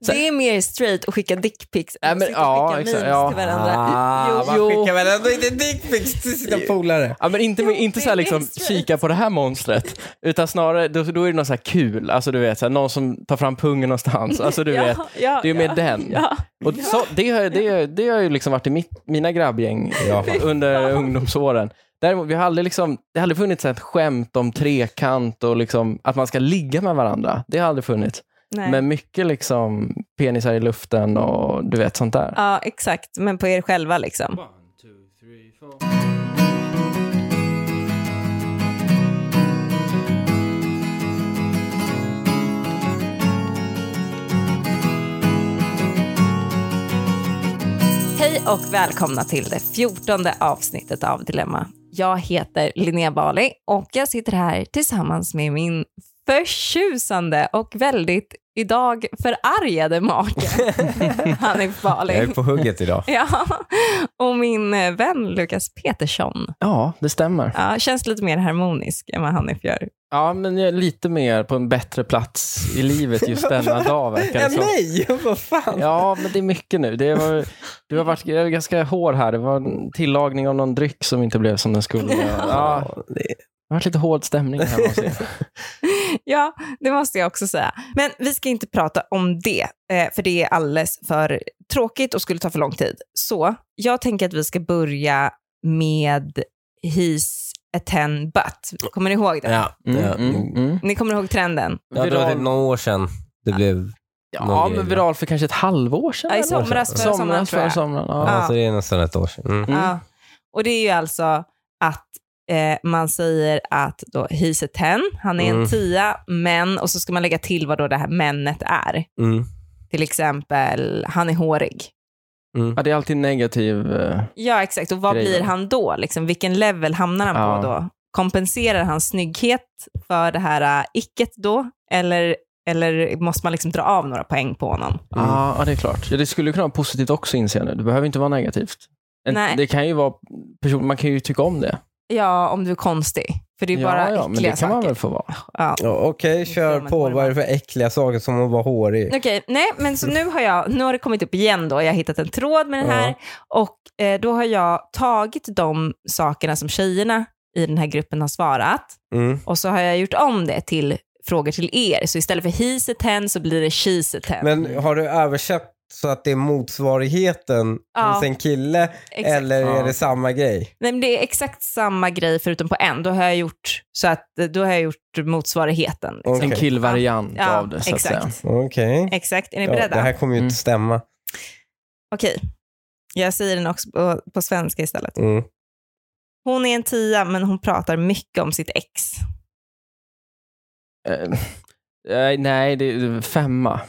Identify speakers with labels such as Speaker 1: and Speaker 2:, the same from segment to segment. Speaker 1: Så-
Speaker 2: Det är mer straight att skicka dickpics än att sitta och skicka memes till varandra.
Speaker 1: Ah,
Speaker 2: Jo,
Speaker 1: man
Speaker 2: jo.
Speaker 1: skickar väl ändå inte dickpics till sina polare?
Speaker 3: Ja, men inte,
Speaker 2: Jo,
Speaker 3: inte så här
Speaker 2: det är
Speaker 3: liksom
Speaker 2: straight.
Speaker 3: kika på det här monstret, utan snarare då, då är det något så här kul, alltså du vet, så här, någon som tar fram pungen någonstans, alltså du
Speaker 2: Ja,
Speaker 3: vet,
Speaker 2: ja,
Speaker 3: det är ju mer
Speaker 2: ja.
Speaker 3: den.
Speaker 2: Ja.
Speaker 3: Och så, det, har, det, det har ju liksom varit i mitt, mina grabbgäng
Speaker 1: Ja.
Speaker 3: under ungdomsåren. Däremot, vi har aldrig liksom, det har aldrig funnits ett skämt om trekant och liksom, att man ska ligga med varandra. Det har aldrig funnits.
Speaker 2: Nej.
Speaker 3: Men mycket liksom penisar i luften och du vet sånt där.
Speaker 2: Ja, exakt. Men på er själva liksom. Hej och välkomna till det fjortonde avsnittet av Dilemma. Jag heter Linnea Bali och jag sitter här tillsammans med min förtjusande och väldigt idag förargade make Hanif
Speaker 1: Jag är
Speaker 2: Bali.
Speaker 1: på hugget idag.
Speaker 2: Ja, och min eh, vän Lukas Petersson.
Speaker 3: Ja, det stämmer.
Speaker 2: Ja, känns lite mer harmonisk än vad Hanif gör.
Speaker 3: Ja, men jag är lite mer på en bättre plats i livet just denna dag verkar
Speaker 1: Ja,
Speaker 3: det som.
Speaker 1: nej, vad fan.
Speaker 3: Ja, men det är mycket nu. Det var, du har varit jag är ganska hård här. Det var en tillagning av någon dryck som inte blev som den skulle. Ja,
Speaker 1: det-
Speaker 3: det har varit lite hård stämning här hos er.
Speaker 2: Ja, det måste jag också säga. Men vi ska inte prata om det, eh, för det är alldeles för tråkigt och skulle ta för lång tid. Så jag tänker att vi ska börja med He's a ten butt. Kommer ni ihåg det?
Speaker 1: Ja,
Speaker 3: Mm,
Speaker 1: ja.
Speaker 3: mm, mm.
Speaker 2: Ni kommer ihåg trenden?
Speaker 1: ja, det var typ
Speaker 3: Viral,
Speaker 1: några år sedan det blev...
Speaker 3: ja, men viral för kanske ett halvår sedan.
Speaker 2: Ja, I
Speaker 3: eller?
Speaker 2: somras, förra
Speaker 3: Somras,
Speaker 2: sommaren tror
Speaker 3: förra
Speaker 2: jag.
Speaker 3: sommaren.
Speaker 1: Ja,
Speaker 3: Ja.
Speaker 1: så det är nästan ett år sedan. Mm.
Speaker 3: Mm.
Speaker 2: Ja. Och det är ju alltså att eh, man säger att då he's a ten, han är
Speaker 1: Mm.
Speaker 2: en tia, men, och så ska man lägga till vad då det här männet är.
Speaker 1: Mm.
Speaker 2: Till exempel, han är hårig.
Speaker 1: Mm.
Speaker 3: Ja, det är alltid negativ. eh,
Speaker 2: Ja, exakt. Och vad
Speaker 3: grejer.
Speaker 2: blir han då? Liksom, vilken level hamnar han på
Speaker 3: Ja.
Speaker 2: då? Kompenserar han snygghet för det här uh, icket då? Eller, eller måste man liksom dra av några poäng på honom?
Speaker 1: Mm.
Speaker 3: Ja, ja, det är klart. Ja, det skulle kunna vara positivt också inser jag nu. Det behöver inte vara negativt. En,
Speaker 2: Nej.
Speaker 3: Det kan ju vara person, man kan ju tycka om det.
Speaker 2: Ja, om du är konstig. För det är bara
Speaker 3: ja, ja, men det
Speaker 2: äckliga
Speaker 3: kan man
Speaker 2: saker.
Speaker 3: väl få vara.
Speaker 2: Ja.
Speaker 1: Ja, Okej, kör
Speaker 2: men
Speaker 1: på.
Speaker 2: vad det var.
Speaker 1: Vad är det för äckliga saker som att vara hårig?
Speaker 2: Okej, nej, men så nu har jag, nu har det kommit upp igen då, jag har hittat en tråd med den här och eh, då har jag tagit de sakerna som tjejerna i den här gruppen har svarat
Speaker 1: Mm.
Speaker 2: och så har jag gjort om det till frågor till er. Så istället för he's a 10 så blir det she's a 10.
Speaker 1: Men har du översatt så att det är motsvarigheten
Speaker 2: Ja.
Speaker 1: hos en kille
Speaker 2: Exakt.
Speaker 1: eller
Speaker 3: Ja.
Speaker 1: är det samma grej?
Speaker 2: Nej, men det är exakt samma grej förutom på en. Då har jag gjort, så att, eh, då har jag gjort motsvarigheten. liksom.
Speaker 1: Okej.
Speaker 3: En killvariant
Speaker 2: Ja,
Speaker 3: av det, så att säga.
Speaker 2: exakt.
Speaker 1: Okej.
Speaker 2: Exakt. Är ni
Speaker 1: Ja,
Speaker 2: beredda?
Speaker 1: det här kommer ju
Speaker 3: Mm.
Speaker 1: inte stämma.
Speaker 2: Okej. Jag säger den också på, på svenska istället.
Speaker 1: Mm.
Speaker 2: Hon är en tia, men hon pratar mycket om sitt ex.
Speaker 3: Eh, eh, nej, det är femma.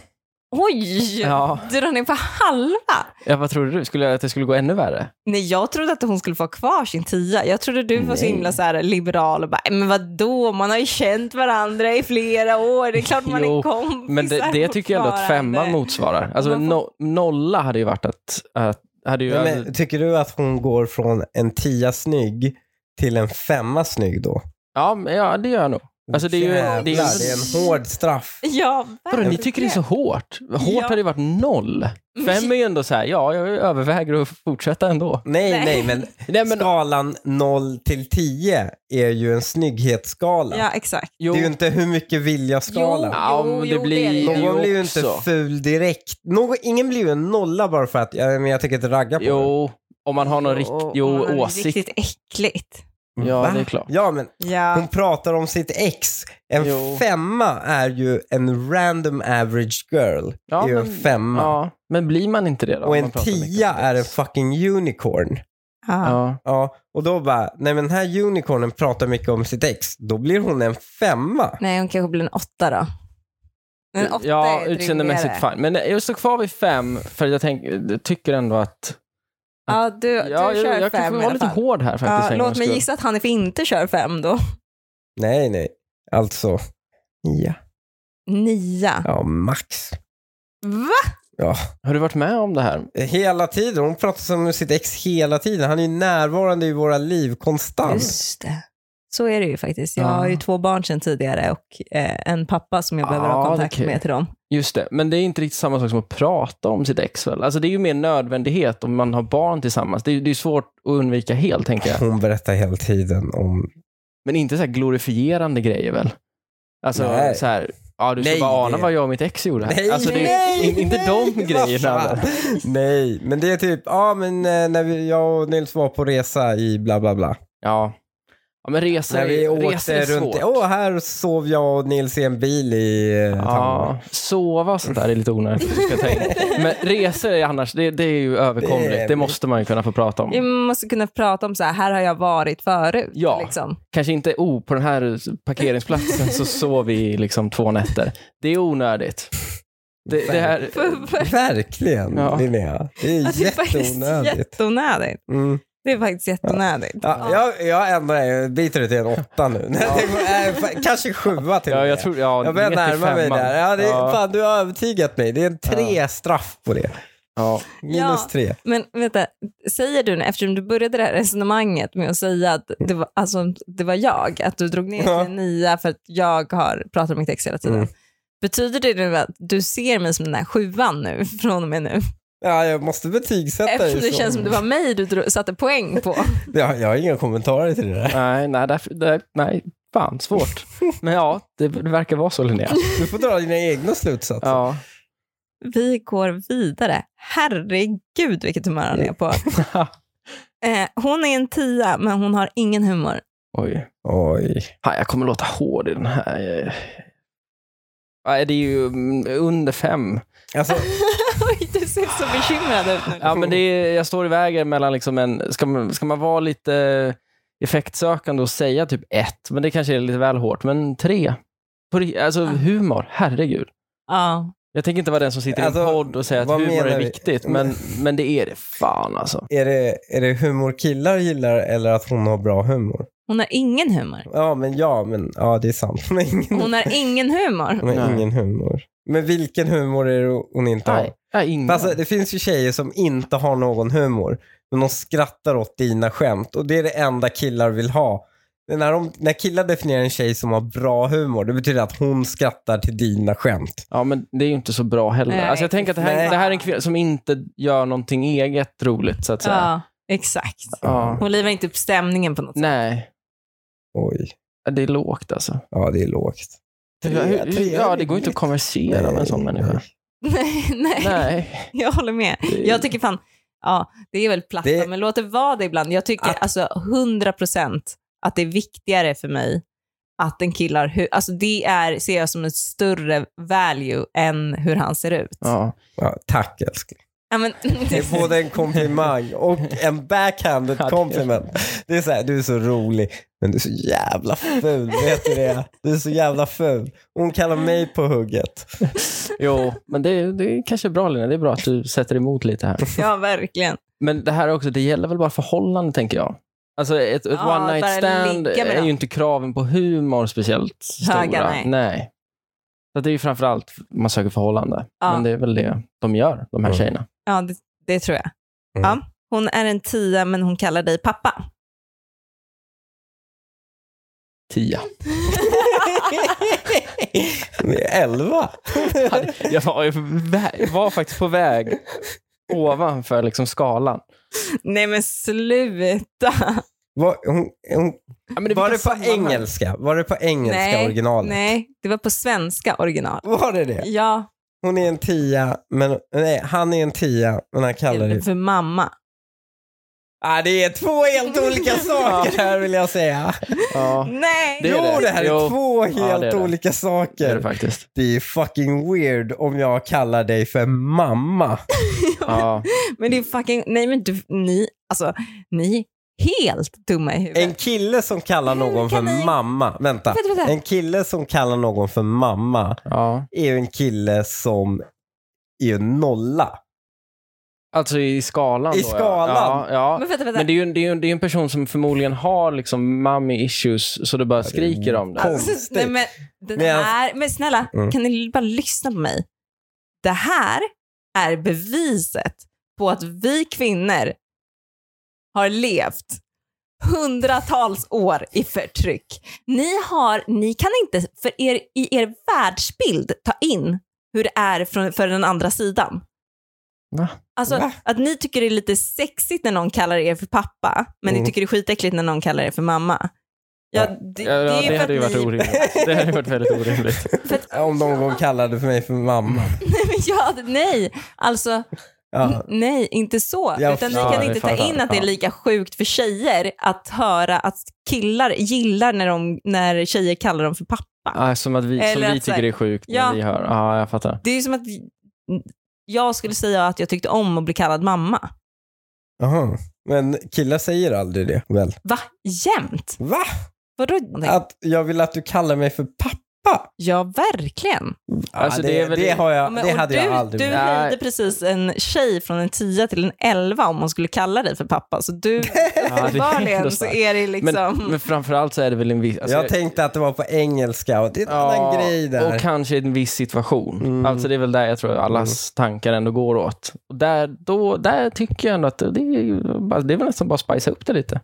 Speaker 2: Oj!
Speaker 3: Ja.
Speaker 2: Du drar ner på halva.
Speaker 3: Ja, vad trodde du? Skulle jag, att det skulle gå ännu värre?
Speaker 2: Nej, jag trodde att hon skulle få ha kvar sin tia. Jag trodde du var så
Speaker 3: Nej.
Speaker 2: himla så här liberal och bara, "Nej, men vadå, man har ju känt varandra i flera år, det är klart man
Speaker 3: Jo,
Speaker 2: är kompisar
Speaker 3: Men det, det tycker jag ändå att femma
Speaker 2: fortfarande."
Speaker 3: motsvarar. Alltså
Speaker 2: Man får-
Speaker 3: no, nolla hade ju varit att... att hade ju,
Speaker 1: Ja, men, tycker du att hon går från en tia snygg till en femma snygg då?
Speaker 3: ja, men, ja, det gör jag nog. Alltså, det är ju- det är
Speaker 1: Jävlar,
Speaker 3: ju-
Speaker 1: det är en hård straff.
Speaker 2: Ja,
Speaker 3: Vadå, ni
Speaker 2: verkligen.
Speaker 3: tycker det är så hårt? Hårt
Speaker 2: Ja.
Speaker 3: hade ju varit noll. Fem är ju ändå så här, ja, jag överväger att fortsätta ändå.
Speaker 1: Nej, nej,
Speaker 2: Nej.
Speaker 1: men,
Speaker 3: Nej, men,
Speaker 1: skalan 0 till 10 är ju en snygghetsskala.
Speaker 2: Ja, exakt.
Speaker 3: jo,
Speaker 1: Det är ju inte hur mycket vill jag-skala.
Speaker 3: ja,
Speaker 2: Jo,
Speaker 3: men det
Speaker 2: jo, det
Speaker 3: blir
Speaker 2: är det ju.
Speaker 1: Någon blir ju inte
Speaker 3: också.
Speaker 1: ful direkt. Någon, ingen blir ju en nolla bara för att ja, men jag tänker inte ragga på
Speaker 3: Jo, om man har någon rikt,
Speaker 2: Och-
Speaker 3: jo,
Speaker 2: och det är
Speaker 3: åsikt.
Speaker 2: Riktigt äckligt.
Speaker 1: det.
Speaker 3: Ja,
Speaker 1: Va?
Speaker 3: det är klart.
Speaker 1: Ja, men hon
Speaker 2: Ja.
Speaker 1: pratar om sitt ex. En
Speaker 3: Jo.
Speaker 1: femma är ju en random average girl.
Speaker 3: Ja,
Speaker 1: är ju en
Speaker 3: men-
Speaker 1: femma.
Speaker 3: Ja, men blir man inte det då? om
Speaker 1: Och en
Speaker 3: man pratar mycket om
Speaker 1: tia
Speaker 3: sex?
Speaker 1: är en fucking unicorn.
Speaker 2: Ja.
Speaker 3: Ja.
Speaker 1: Ja, och då bara, nej men den här unicornen pratar mycket om sitt ex. Då blir hon en femma.
Speaker 2: Nej, hon kanske blir en åtta då. En åtta
Speaker 3: ja,
Speaker 2: är ett
Speaker 3: utseendemässigt
Speaker 2: rimligare.
Speaker 3: fine. Men jag står kvar vid fem, för jag tänk, jag tycker ändå att...
Speaker 2: Ja, du,
Speaker 3: Ja,
Speaker 2: du
Speaker 3: jag,
Speaker 2: kör
Speaker 3: jag
Speaker 2: fem
Speaker 3: kanske
Speaker 2: i
Speaker 3: var
Speaker 2: alla
Speaker 3: lite
Speaker 2: fall.
Speaker 3: hård här faktiskt.
Speaker 2: Ja,
Speaker 3: en
Speaker 2: låt
Speaker 3: gångs
Speaker 2: mig
Speaker 3: skull.
Speaker 2: gissa att Hanif inte kör fem då.
Speaker 1: Nej, nej. Alltså, ja,
Speaker 2: Nia.
Speaker 1: ja max.
Speaker 2: Va?
Speaker 1: Ja,
Speaker 3: Har du varit med om det här?
Speaker 1: hela tiden. Hon pratar som om sitt ex hela tiden. Han är ju närvarande i våra liv konstant.
Speaker 2: Just det. Så är det ju faktiskt. Jag
Speaker 3: Ja.
Speaker 2: har ju två barn sedan tidigare och eh, en pappa som jag behöver
Speaker 3: Ja,
Speaker 2: ha
Speaker 3: det
Speaker 2: kontakt
Speaker 3: kan-
Speaker 2: med till dem.
Speaker 3: Just det, men det är inte riktigt samma sak som att prata om sitt ex väl? Alltså det är ju mer nödvändighet om man har barn tillsammans. Det är, det är svårt att undvika helt, tänker jag.
Speaker 1: Hon berättar hela tiden om...
Speaker 3: Men inte så här glorifierande grejer väl? Alltså
Speaker 1: Nej.
Speaker 3: så här, ja du ska
Speaker 1: Nej,
Speaker 3: bara ana
Speaker 1: det-
Speaker 3: vad jag och mitt ex gjorde. här.
Speaker 1: Nej,
Speaker 3: alltså, det är
Speaker 1: nej,
Speaker 3: in- inte
Speaker 1: nej,
Speaker 3: de
Speaker 1: vad
Speaker 3: grejerna.
Speaker 1: fan. Nej, men det är typ, ja men eh, när vi, jag och Nils var på resa i bla bla bla.
Speaker 3: Ja. ja, men resa
Speaker 1: När vi
Speaker 3: är, resa
Speaker 1: åkte
Speaker 3: Alltså, är
Speaker 1: runt,
Speaker 3: svårt.
Speaker 1: i- åh här sov jag och Nils i en bil i eh, Tallinn.
Speaker 3: Ja, sova och sånt där är lite onödigt. ska jag tänka. Men resor är annars, det, det är ju överkomligt.
Speaker 1: Det
Speaker 3: Det,
Speaker 1: är-
Speaker 3: måste man ju kunna få prata om.
Speaker 2: Vi måste kunna prata om så här, här har jag varit förut.
Speaker 3: Mm. Ja.
Speaker 2: Liksom.
Speaker 3: Kanske inte, oh, på den här parkeringsplatsen så sov vi i liksom två nätter. Det är onödigt. Det, det här,
Speaker 1: Verkligen
Speaker 3: Ja.
Speaker 1: Linnea. Det är
Speaker 2: Ja, Alltså, det är faktiskt
Speaker 1: jätteonödigt.
Speaker 2: jätteonödigt.
Speaker 1: Mm.
Speaker 2: Det är faktiskt jätteonödigt.
Speaker 1: Ja, jag, jag ändrar, jag biter det till en åtta nu. Nej, jag tänker, äh, fan, kanske sjua till och
Speaker 3: ja,
Speaker 1: med.
Speaker 3: jag tror, ja,
Speaker 1: Jag börjar
Speaker 3: ner till
Speaker 1: närma mig
Speaker 3: femman.
Speaker 1: där. Ja, det,
Speaker 3: Ja,
Speaker 1: Fan, du har övertygat mig. Det är en tre straff på det.
Speaker 3: ja.
Speaker 1: Minus
Speaker 2: Ja.
Speaker 1: tre.
Speaker 2: Men vänta, säger du nu, eftersom du började det här resonemanget med att säga att det var, alltså, det var jag, att du drog ner till
Speaker 1: Ja.
Speaker 2: en nia för att jag har pratat om mitt ex hela tiden.
Speaker 1: Mm.
Speaker 2: Betyder det nu att du ser mig som den här sjuan nu, från och med nu?
Speaker 1: Ja, jag måste betygsätta
Speaker 2: Eftersom
Speaker 1: dig
Speaker 2: det
Speaker 1: så.
Speaker 2: känns som det var mig du dro- satte poäng på.
Speaker 1: jag, jag har inga kommentarer till det där.
Speaker 3: Nej, nej, därför, där, nej, fan svårt. Men ja, det, det verkar vara så Linnea.
Speaker 1: Du får dra dina egna slutsatser.
Speaker 3: Ja.
Speaker 2: Vi går vidare. Herregud vilket humör hon är på. Eh, hon är en tia, men hon har ingen humor.
Speaker 3: Oj.
Speaker 1: Oj.
Speaker 3: Fan, jag kommer låta hård i den här. eh. Nej, det är ju mm, under fem.
Speaker 1: Alltså,
Speaker 2: Oj, du ser så bekymrad ut nu.
Speaker 3: Ja, men det är, jag står i vägen mellan liksom en... Ska man, ska man vara lite effektsökande och säga typ ett, men det kanske är lite väl hårt, men tre. På, ri- alltså humor, herregud.
Speaker 2: Ja.
Speaker 3: Jag tänker inte vara den som sitter i
Speaker 1: Alltså,
Speaker 3: en podd och säger att
Speaker 1: vad
Speaker 3: humor
Speaker 1: menar
Speaker 3: är
Speaker 1: vi?
Speaker 3: viktigt, men, men det är det fan alltså.
Speaker 1: är det, är det humor killar gillar eller att hon har bra humor?
Speaker 2: Hon har ingen humor.
Speaker 1: Ja, men ja, men ja, det är sant. Hon har ingen,
Speaker 2: Hon har ingen humor.
Speaker 1: hon har
Speaker 3: Nej.
Speaker 1: ingen humor. Men vilken humor är det hon inte har?
Speaker 3: Nej, jag ingen.
Speaker 1: Fast det finns ju tjejer som inte har någon humor, men de skrattar åt dina skämt och det är det enda killar vill ha. Men När, de, när killar definierar en tjej som har bra humor, det betyder att hon skrattar till dina skämt.
Speaker 3: Ja, men det är ju inte så bra heller.
Speaker 2: Nej.
Speaker 3: Alltså, jag tänker att det här,
Speaker 1: Nej.
Speaker 3: det här är en kvinna som inte gör någonting eget roligt, så att säga.
Speaker 2: Ja, exakt.
Speaker 3: Ja.
Speaker 2: Hon livar inte upp stämningen på något sätt.
Speaker 3: Nej,
Speaker 1: Oj,
Speaker 3: det är lågt alltså.
Speaker 1: ja det är lågt. Tre-
Speaker 3: Hur- hur-
Speaker 1: tre är
Speaker 3: ja, det går inte att
Speaker 1: rimligt.
Speaker 3: konversera med en sån människa.
Speaker 2: Nej, nej.
Speaker 3: Nej.
Speaker 2: Jag håller med.
Speaker 3: Det-
Speaker 2: Jag tycker fan, ja, det är väl platta,
Speaker 1: Det-
Speaker 2: men låt det vara det ibland. Jag tycker
Speaker 1: Att-
Speaker 2: alltså 100 procent att det är viktigare för mig att en kille har hu- alltså det är, ser jag som en större value än hur han ser ut.
Speaker 3: Ja.
Speaker 1: Ja, tack älskling.
Speaker 2: Ja, men,
Speaker 1: Det är både en komplimang och en backhanded
Speaker 3: Ja, det är-
Speaker 1: compliment. Det är så här, du är så rolig, men du är så jävla ful. Vet du det? Du är så jävla ful. Hon kallar mig på hugget.
Speaker 3: Jo, men det, det är kanske är bra Lina. Det är bra att du sätter emot lite här.
Speaker 2: ja verkligen.
Speaker 3: Men det här också, det gäller väl bara förhållanden tänker jag. Alltså ett, ett
Speaker 2: Ja,
Speaker 3: one night
Speaker 2: bara
Speaker 3: stand
Speaker 2: ligga med
Speaker 3: är
Speaker 2: dem.
Speaker 3: ju inte kraven på humor speciellt stora.
Speaker 2: Höga, nej.
Speaker 3: Så det är ju framförallt man söker förhållande.
Speaker 2: Ja.
Speaker 3: Men det är väl det de gör, de här
Speaker 1: Mm.
Speaker 3: tjejerna.
Speaker 2: Ja, det, det tror jag.
Speaker 1: Mm.
Speaker 2: Ja. Hon är en tia, men hon kallar dig pappa.
Speaker 3: Tia.
Speaker 1: Det är elva.
Speaker 3: Jag var, ju vä- var faktiskt på väg ovanför liksom skalan.
Speaker 2: Nej men sluta.
Speaker 1: Var, hon, hon,
Speaker 3: Ja, men det
Speaker 1: var det
Speaker 3: vilka
Speaker 1: på
Speaker 3: sammanhang.
Speaker 1: engelska? Var det på engelska
Speaker 2: Nej,
Speaker 1: originalet?
Speaker 2: Nej, det var på svenska original.
Speaker 1: Var det det?
Speaker 2: Ja,
Speaker 1: Hon är en tia, men nej, han är en tia, men han kallar det...
Speaker 2: för mamma.
Speaker 1: Ah, det är två helt olika saker här vill jag säga.
Speaker 3: Ja,
Speaker 2: Nej!
Speaker 3: Det är
Speaker 1: jo, det,
Speaker 3: det.
Speaker 1: här är
Speaker 3: Jo.
Speaker 1: två helt
Speaker 3: Ja, det är det.
Speaker 1: olika
Speaker 3: det är
Speaker 1: saker.
Speaker 3: det faktiskt.
Speaker 1: Det är fucking weird om jag kallar dig för mamma.
Speaker 3: Ja.
Speaker 2: Men det är fucking, nej men du, ni, alltså ni är helt dumma i huvudet.
Speaker 1: En kille som kallar
Speaker 2: Hur
Speaker 1: någon för
Speaker 2: kan ni-
Speaker 1: mamma. Vänta.
Speaker 2: Vänta, vänta.
Speaker 1: En kille som kallar någon för mamma
Speaker 3: ja.
Speaker 1: är ju en kille som är ju nolla.
Speaker 3: Alltså i skalan
Speaker 1: I
Speaker 3: då,
Speaker 1: skalan?
Speaker 3: Ja, ja.
Speaker 2: Men vänta, vänta.
Speaker 3: Men det är ju en, det är ju en, det är en person som förmodligen har liksom mommy issues, så det bara skriker om det.
Speaker 1: Alltså,
Speaker 2: Alltså, nej, men, den
Speaker 1: Men jag-
Speaker 2: här, men snälla,
Speaker 1: Mm.
Speaker 2: kan ni bara lyssna på mig? Det här är beviset på att vi kvinnor har levt hundratals år i förtryck. Ni, har, ni kan inte för er, i er världsbild ta in hur det är från, för den andra sidan.
Speaker 3: Va?
Speaker 2: Alltså
Speaker 1: Va?
Speaker 2: att ni tycker det är lite sexigt när någon kallar er för pappa, men
Speaker 1: Mm.
Speaker 2: ni tycker det är skitäckligt när någon kallar er för mamma. Ja, det, det
Speaker 3: Ja,
Speaker 2: är
Speaker 3: det
Speaker 2: för
Speaker 3: hade ju
Speaker 2: att
Speaker 3: varit
Speaker 2: ni...
Speaker 3: orimligt. Det hade ju varit väldigt orimligt.
Speaker 1: Om någon kallade för mig för mamma.
Speaker 2: Nej, men ja, nej, alltså
Speaker 1: Ja.
Speaker 2: N- Nej, inte så.
Speaker 1: Ja,
Speaker 2: Utan ni
Speaker 1: ja,
Speaker 2: kan
Speaker 3: det
Speaker 2: inte
Speaker 3: fattar
Speaker 2: ta
Speaker 3: jag.
Speaker 2: in att det är
Speaker 3: Ja.
Speaker 2: lika sjukt för tjejer att höra att killar gillar när, de, när tjejer kallar dem för pappa.
Speaker 3: Ah, som att vi, som
Speaker 2: Eller
Speaker 3: vi
Speaker 2: att så här-
Speaker 3: tycker det är sjukt när
Speaker 2: Ja.
Speaker 3: vi hör. Ja, ah, jag fattar.
Speaker 2: Det är ju som att vi- jag skulle säga att jag tyckte om att bli kallad mamma.
Speaker 1: Aha. Men killar säger aldrig det väl?
Speaker 2: Va? Jämt?
Speaker 1: Va?
Speaker 2: Vadå?
Speaker 1: Att jag vill att du kallar mig för pappa?
Speaker 2: Ja, verkligen.
Speaker 3: Alltså,
Speaker 1: ja,
Speaker 3: det
Speaker 1: det,
Speaker 3: är väl-
Speaker 1: det, har jag,
Speaker 2: Men-
Speaker 1: det
Speaker 2: och
Speaker 1: hade
Speaker 2: du,
Speaker 1: jag aldrig
Speaker 2: Du
Speaker 1: velat.
Speaker 3: Nej.
Speaker 2: höjde precis en tjej från en 10 till en 11 om hon skulle kalla dig för pappa. Så du, uppenbarligen så
Speaker 3: starkt.
Speaker 2: är det
Speaker 3: Men,
Speaker 2: liksom...
Speaker 3: men framförallt så är det väl en viss... alltså-
Speaker 1: jag tänkte att det var på engelska och det är en annan grej där.
Speaker 3: Och kanske i en viss situation.
Speaker 1: Mm.
Speaker 3: Alltså det är väl där jag tror allas tankar ändå går åt. Och där, då, där tycker jag ändå att det är, ju bara- det är väl nästan bara att spicea upp det lite.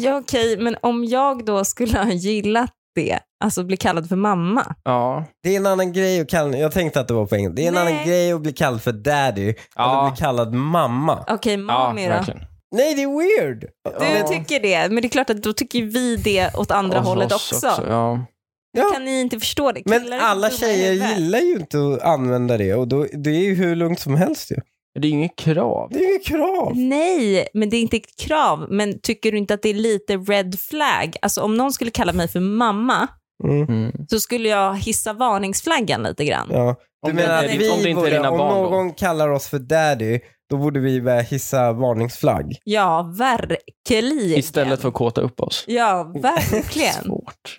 Speaker 2: Ja, okej, men om jag då skulle ha gillat det, alltså bli kallad för mamma.
Speaker 3: Ja.
Speaker 1: Det är en annan grej att kalla, jag tänkte att det var på engelska. Det är en
Speaker 2: Nej.
Speaker 1: annan grej att bli kallad för daddy eller
Speaker 3: Ja.
Speaker 1: bli kallad mamma.
Speaker 2: Okej,
Speaker 3: Ja,
Speaker 2: mommy då?
Speaker 3: verkligen.
Speaker 1: Nej, det är weird.
Speaker 2: Du
Speaker 1: Ja.
Speaker 2: tycker det, men det är klart att då tycker vi det åt andra
Speaker 3: Och
Speaker 2: hållet
Speaker 3: oss
Speaker 2: också.
Speaker 3: Ja.
Speaker 1: Ja.
Speaker 2: Kan ni inte förstå det? Killar
Speaker 1: Men
Speaker 2: är inte
Speaker 1: alla
Speaker 2: dumma i
Speaker 1: tjejer
Speaker 2: huvudet.
Speaker 1: gillar ju inte att använda det och då, det är ju hur lugnt som helst ju.
Speaker 3: Det är ju inget krav.
Speaker 1: Det är ju krav.
Speaker 2: Nej, men det är inte ett krav. Men tycker du inte att det är lite red flag? Alltså om någon skulle kalla mig för mamma
Speaker 1: Mm.
Speaker 3: Mm.
Speaker 2: så skulle jag hissa varningsflaggan lite grann.
Speaker 1: Ja. Du
Speaker 3: Om det
Speaker 1: menar
Speaker 3: inte är
Speaker 1: att
Speaker 3: ditt- om det
Speaker 1: vi
Speaker 3: inte är
Speaker 1: borde,
Speaker 3: dina
Speaker 1: om
Speaker 3: barn då?
Speaker 1: någon kallar oss för daddy, då borde vi börja hissa varningsflagg.
Speaker 2: Ja, verkligen.
Speaker 3: Istället för att kåta upp oss.
Speaker 2: Ja, verkligen.
Speaker 3: Svårt.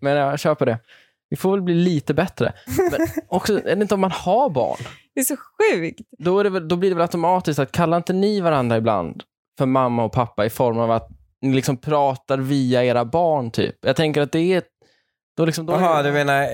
Speaker 3: Men jag kör på det. Vi får väl bli lite bättre. Men också, är det inte om man har barn?
Speaker 2: Det är så sjukt.
Speaker 3: Då, är det väl, då blir det väl automatiskt att kallar inte ni varandra ibland för mamma och pappa i form av att ni liksom pratar via era barn typ? Jag tänker att det är... Då liksom, då
Speaker 1: Jaha, du menar... Eh,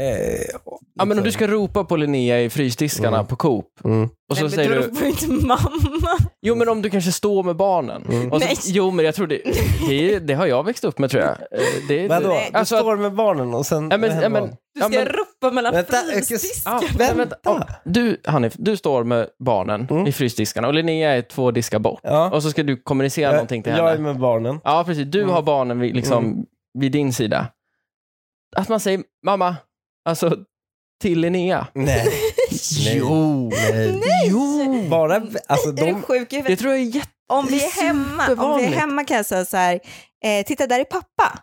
Speaker 3: ja, men om du ska ropa på Linnea i frysdiskarna
Speaker 1: Mm.
Speaker 3: på Coop
Speaker 1: Mm.
Speaker 3: och så
Speaker 2: Nej, men
Speaker 3: säger
Speaker 2: då
Speaker 3: du...
Speaker 2: ropar inte mamma.
Speaker 3: Jo men om du kanske står med barnen.
Speaker 1: Mm.
Speaker 3: Och
Speaker 2: Nej.
Speaker 3: så, jo men jag tror det, det, det har jag växt upp med tror jag. Eh, Det,
Speaker 1: Vadå?
Speaker 2: Nej.
Speaker 1: Du
Speaker 3: Alltså att-
Speaker 1: står med barnen och sen...
Speaker 3: Ja, men, ja, men,
Speaker 2: Du
Speaker 3: ja,
Speaker 2: ska
Speaker 3: men,
Speaker 2: ropa mellan
Speaker 1: Vänta,
Speaker 2: frysdiskar.
Speaker 3: ja,
Speaker 1: Vänta.
Speaker 3: vänta. Om- Du Hanif, du står med barnen
Speaker 1: Mm.
Speaker 3: i frysdiskarna och Linnea är två diskar bort.
Speaker 1: Ja.
Speaker 3: Och så ska du kommunicera
Speaker 1: Eh, Jag,
Speaker 3: någonting till henne.
Speaker 1: jag är med barnen.
Speaker 3: Ja, precis. Du
Speaker 1: Mm.
Speaker 3: har barnen vid, liksom, vid din sida. Att man säger mamma, alltså till Linnea.
Speaker 1: Nej. Nej.
Speaker 3: Jo!
Speaker 1: Nej.
Speaker 3: Jo!
Speaker 1: Bara, alltså
Speaker 2: Är du
Speaker 1: de...
Speaker 2: sjuk i huvudet?
Speaker 3: Det tror jag är jätte...
Speaker 2: Om
Speaker 3: Det
Speaker 2: vi
Speaker 3: är
Speaker 2: är hemma, om vi är
Speaker 3: supervanligt.
Speaker 2: hemma kan jag säga så här, eh, titta där är pappa.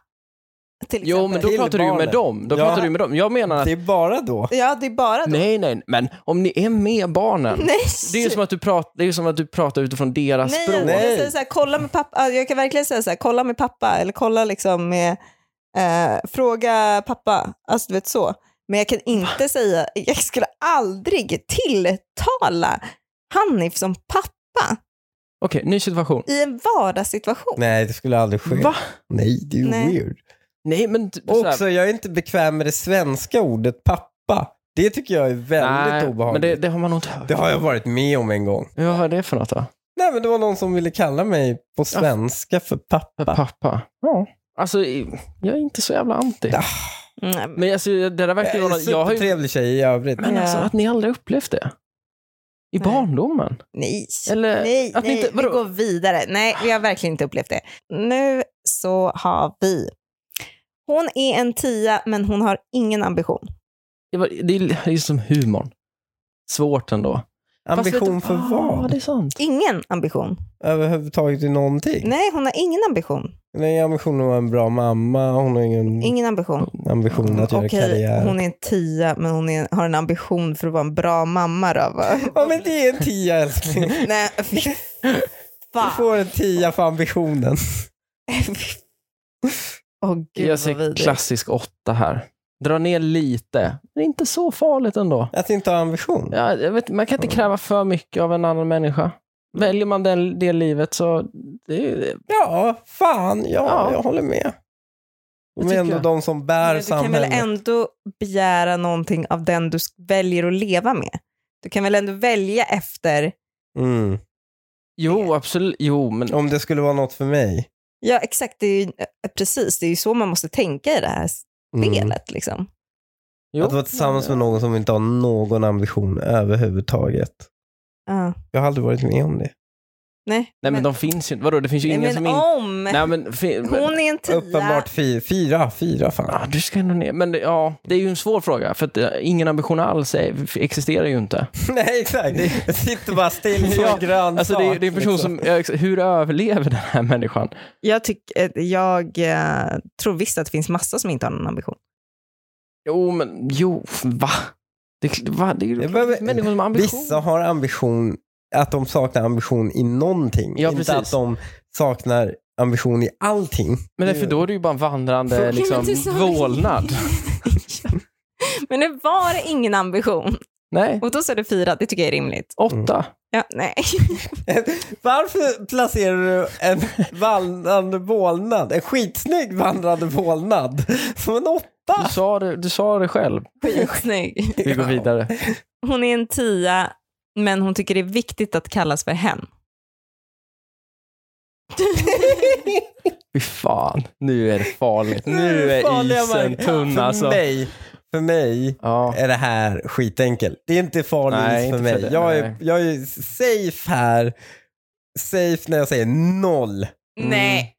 Speaker 2: Till
Speaker 3: Jo,
Speaker 2: exempel.
Speaker 3: men då
Speaker 1: Till
Speaker 3: pratar du ju med
Speaker 1: barnen.
Speaker 3: dem. Då
Speaker 1: Ja.
Speaker 3: pratar du med dem. Jag menar att...
Speaker 1: Det är bara då.
Speaker 2: Ja, det är bara då.
Speaker 3: Nej, nej, men om ni är med barnen.
Speaker 2: Nej,
Speaker 3: Det är ju som att du pratar, det är ju som att du pratar utifrån deras
Speaker 2: nej,
Speaker 3: språk.
Speaker 2: jag, jag säger så här, kolla med pappa, Ja, jag kan verkligen säga så här, kolla med pappa eller kolla liksom med, eh, fråga pappa, alltså du vet så. Men jag kan inte säga, jag skulle aldrig tilltala Hanif som pappa
Speaker 3: Okej, ny situation.
Speaker 2: i en vardagssituation.
Speaker 1: Nej, det skulle aldrig ske.
Speaker 3: Va?
Speaker 1: Nej, det är ju
Speaker 2: Nej.
Speaker 1: weird.
Speaker 3: Nej, men... t- så här-
Speaker 1: Också, jag är inte bekväm med det svenska ordet pappa. Det tycker jag är väldigt
Speaker 3: nej, men
Speaker 1: obehagligt.
Speaker 3: det, det har man nog inte hört.
Speaker 1: det har jag varit med om en gång.
Speaker 3: Ja, vad är det för något då?
Speaker 1: Nej, men det var någon som ville kalla mig på svenska för
Speaker 3: För
Speaker 1: pappa.
Speaker 3: pappa? Ja. Alltså, i- jag är inte så jävla anti.
Speaker 1: Ja,
Speaker 2: Mm, men-
Speaker 3: Men alltså, det där
Speaker 1: Jag
Speaker 3: verkar ju
Speaker 1: är
Speaker 3: vara...
Speaker 1: en
Speaker 3: något- Jag har ju
Speaker 1: supertrevlig tjej i övrigt.
Speaker 3: Men alltså
Speaker 2: Ja.
Speaker 3: att ni aldrig upplevt det? I
Speaker 2: Nej.
Speaker 3: barndomen?
Speaker 2: Nej.
Speaker 3: Eller
Speaker 2: Nej,
Speaker 3: att ni
Speaker 2: nej
Speaker 3: inte-
Speaker 2: vi
Speaker 3: vadå?
Speaker 2: går vidare. Nej, vi har verkligen inte upplevt det. Nu så har vi... Hon är en tia, men hon har ingen ambition.
Speaker 3: Det var- det är det är som humorn. Svårt ändå. Fast
Speaker 1: Ambition
Speaker 3: vet du-
Speaker 1: för
Speaker 3: ah,
Speaker 1: vad?
Speaker 3: Det är sant.
Speaker 2: Ingen ambition.
Speaker 1: Överhuvudtaget i någonting.
Speaker 2: Nej, hon har ingen ambition.
Speaker 1: Hon har ingen ambition att vara en bra mamma. Hon har ingen
Speaker 3: Mm.
Speaker 2: Ingen ambition.
Speaker 1: ambition att göra
Speaker 2: Okej,
Speaker 1: karriär.
Speaker 2: hon är en tia, men hon är, har en ambition för att vara en bra mamma då, va?
Speaker 1: Ja men det är en tia älskling.
Speaker 2: Nej, fy
Speaker 1: Du
Speaker 2: fan.
Speaker 1: får en tia för ambitionen.
Speaker 2: Åh gud
Speaker 3: jag
Speaker 2: vad
Speaker 3: ser
Speaker 2: vidrigt.
Speaker 3: klassisk åtta här. Dra ner lite. Det är inte så farligt ändå.
Speaker 1: Att inte ha ambition.
Speaker 3: Ja, jag vet, man kan inte kräva för mycket av en annan människa. Väljer man den, det livet så... Det är,
Speaker 1: Ja, fan. Ja,
Speaker 3: Ja.
Speaker 1: jag håller med. De
Speaker 3: tycker
Speaker 1: är ändå
Speaker 3: jag.
Speaker 1: de som
Speaker 2: Men
Speaker 1: bär
Speaker 2: du kan väl
Speaker 1: samhället.
Speaker 2: ändå begära någonting av den du s- väljer att leva med? Du kan väl ändå välja efter
Speaker 1: Mm.
Speaker 3: Jo, absolut. Jo, men
Speaker 1: Om det skulle vara något för mig.
Speaker 2: Ja, exakt. Det är ju, eh, precis, det är ju så man måste tänka i det här
Speaker 1: Mm.
Speaker 2: spelet. Liksom.
Speaker 3: jo.
Speaker 1: Att vara tillsammans med någon som inte har någon ambition överhuvudtaget.
Speaker 2: Ja.
Speaker 1: Jag har aldrig varit med om det.
Speaker 2: Nej,
Speaker 3: Nej, men de finns ju inte. Vadå, det finns ju
Speaker 2: Nej,
Speaker 3: ingen
Speaker 2: men
Speaker 3: som inte...
Speaker 2: om!
Speaker 3: Nej, men... Fin... men...
Speaker 2: Hon är en tia.
Speaker 1: Uppenbart fy- fyra, fyra
Speaker 3: Ah,
Speaker 1: fan.
Speaker 3: du ska ändå ner. Men det, ja, det är ju en svår fråga, för att eh, ingen ambition alls är, existerar ju inte.
Speaker 1: Nej exakt, jag sitter bara still som
Speaker 3: Ja,
Speaker 1: en grön
Speaker 3: Alltså det är,
Speaker 1: sak,
Speaker 3: det är en person
Speaker 1: liksom.
Speaker 3: som, ja, ex- hur överlever den här människan?
Speaker 2: Jag, tyck, eh, jag eh, tror visst att det finns massa som inte har någon ambition.
Speaker 3: Jo, men jo, va? Det, va? det är ju
Speaker 1: Jag behöver-
Speaker 3: människor som har ambition.
Speaker 1: Vissa har ambition, att de saknar ambition i någonting.
Speaker 3: Ja,
Speaker 1: inte
Speaker 3: precis.
Speaker 1: att de saknar ambition i allting.
Speaker 3: Men därför då är det ju bara en vandrande liksom, vålnad.
Speaker 2: men nu var det ingen ambition.
Speaker 3: Nej,
Speaker 2: Och då sa du fyra, det tycker jag är rimligt.
Speaker 3: åtta.
Speaker 2: Ja, nej.
Speaker 1: Varför placerar du en vandrande vålnad, en skitsnygg vandrande vålnad, som en
Speaker 3: Du,
Speaker 1: åtta?
Speaker 3: sa det, du sa det själv.
Speaker 2: Snygg.
Speaker 3: Vi går vidare.
Speaker 2: Hon är en tia, men hon tycker det är viktigt att kallas för hen.
Speaker 3: Fy fan, nu är det farligt. Nu
Speaker 1: Nu
Speaker 3: är
Speaker 1: farliga
Speaker 3: isen
Speaker 1: människor.
Speaker 3: tunn alltså.
Speaker 1: För mig, för mig
Speaker 3: Ja.
Speaker 1: är det här skitenkel. Det är inte farligt
Speaker 3: Nej,
Speaker 1: för
Speaker 3: inte
Speaker 1: mig.
Speaker 3: för dig,
Speaker 1: jag, är,
Speaker 3: nej.
Speaker 1: jag är safe här. Safe när jag säger noll.
Speaker 3: Mm.
Speaker 2: Nej.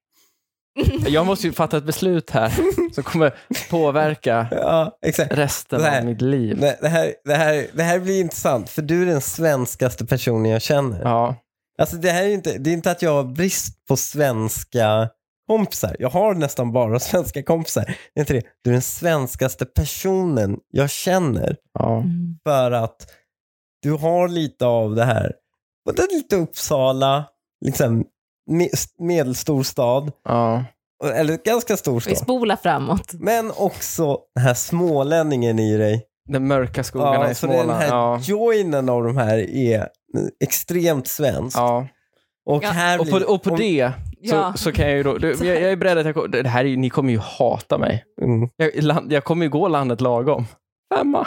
Speaker 3: Jag måste ju fatta ett beslut här som kommer påverka
Speaker 1: Ja, exakt.
Speaker 3: resten
Speaker 1: Det här-
Speaker 3: av mitt liv.
Speaker 1: Nej, Det här, det, här, det här blir intressant, för du är den svenskaste personen jag känner.
Speaker 3: Ja.
Speaker 1: Alltså det här är ju inte, det är inte att jag har brist på svenska kompisar. Jag har nästan bara svenska kompisar. Det är inte det. Du är den svenskaste personen jag känner
Speaker 3: ja.
Speaker 1: för att du har lite av det här. Både lite Uppsala, liksom me- medelstor stad,
Speaker 3: ja.
Speaker 1: eller ganska stor
Speaker 2: Vi
Speaker 1: stad.
Speaker 2: spolar framåt.
Speaker 1: Men också den här smålänningen i dig.
Speaker 3: De mörka skogarna i
Speaker 1: så det är den
Speaker 3: Småland.
Speaker 1: här
Speaker 3: Ja.
Speaker 1: joinen av de här är extremt svensk.
Speaker 3: Ja.
Speaker 1: Och,
Speaker 2: Ja.
Speaker 1: här
Speaker 3: Och på,
Speaker 1: blir-
Speaker 3: och på
Speaker 1: om-
Speaker 3: det
Speaker 2: Ja.
Speaker 3: så, så kan jag ju då... Du, men jag, jag är beredd att jag, kom- det här är, ju- ni kommer ju hata mig.
Speaker 1: Mm.
Speaker 3: Jag, land, jag kommer ju gå landet lagom. Femma.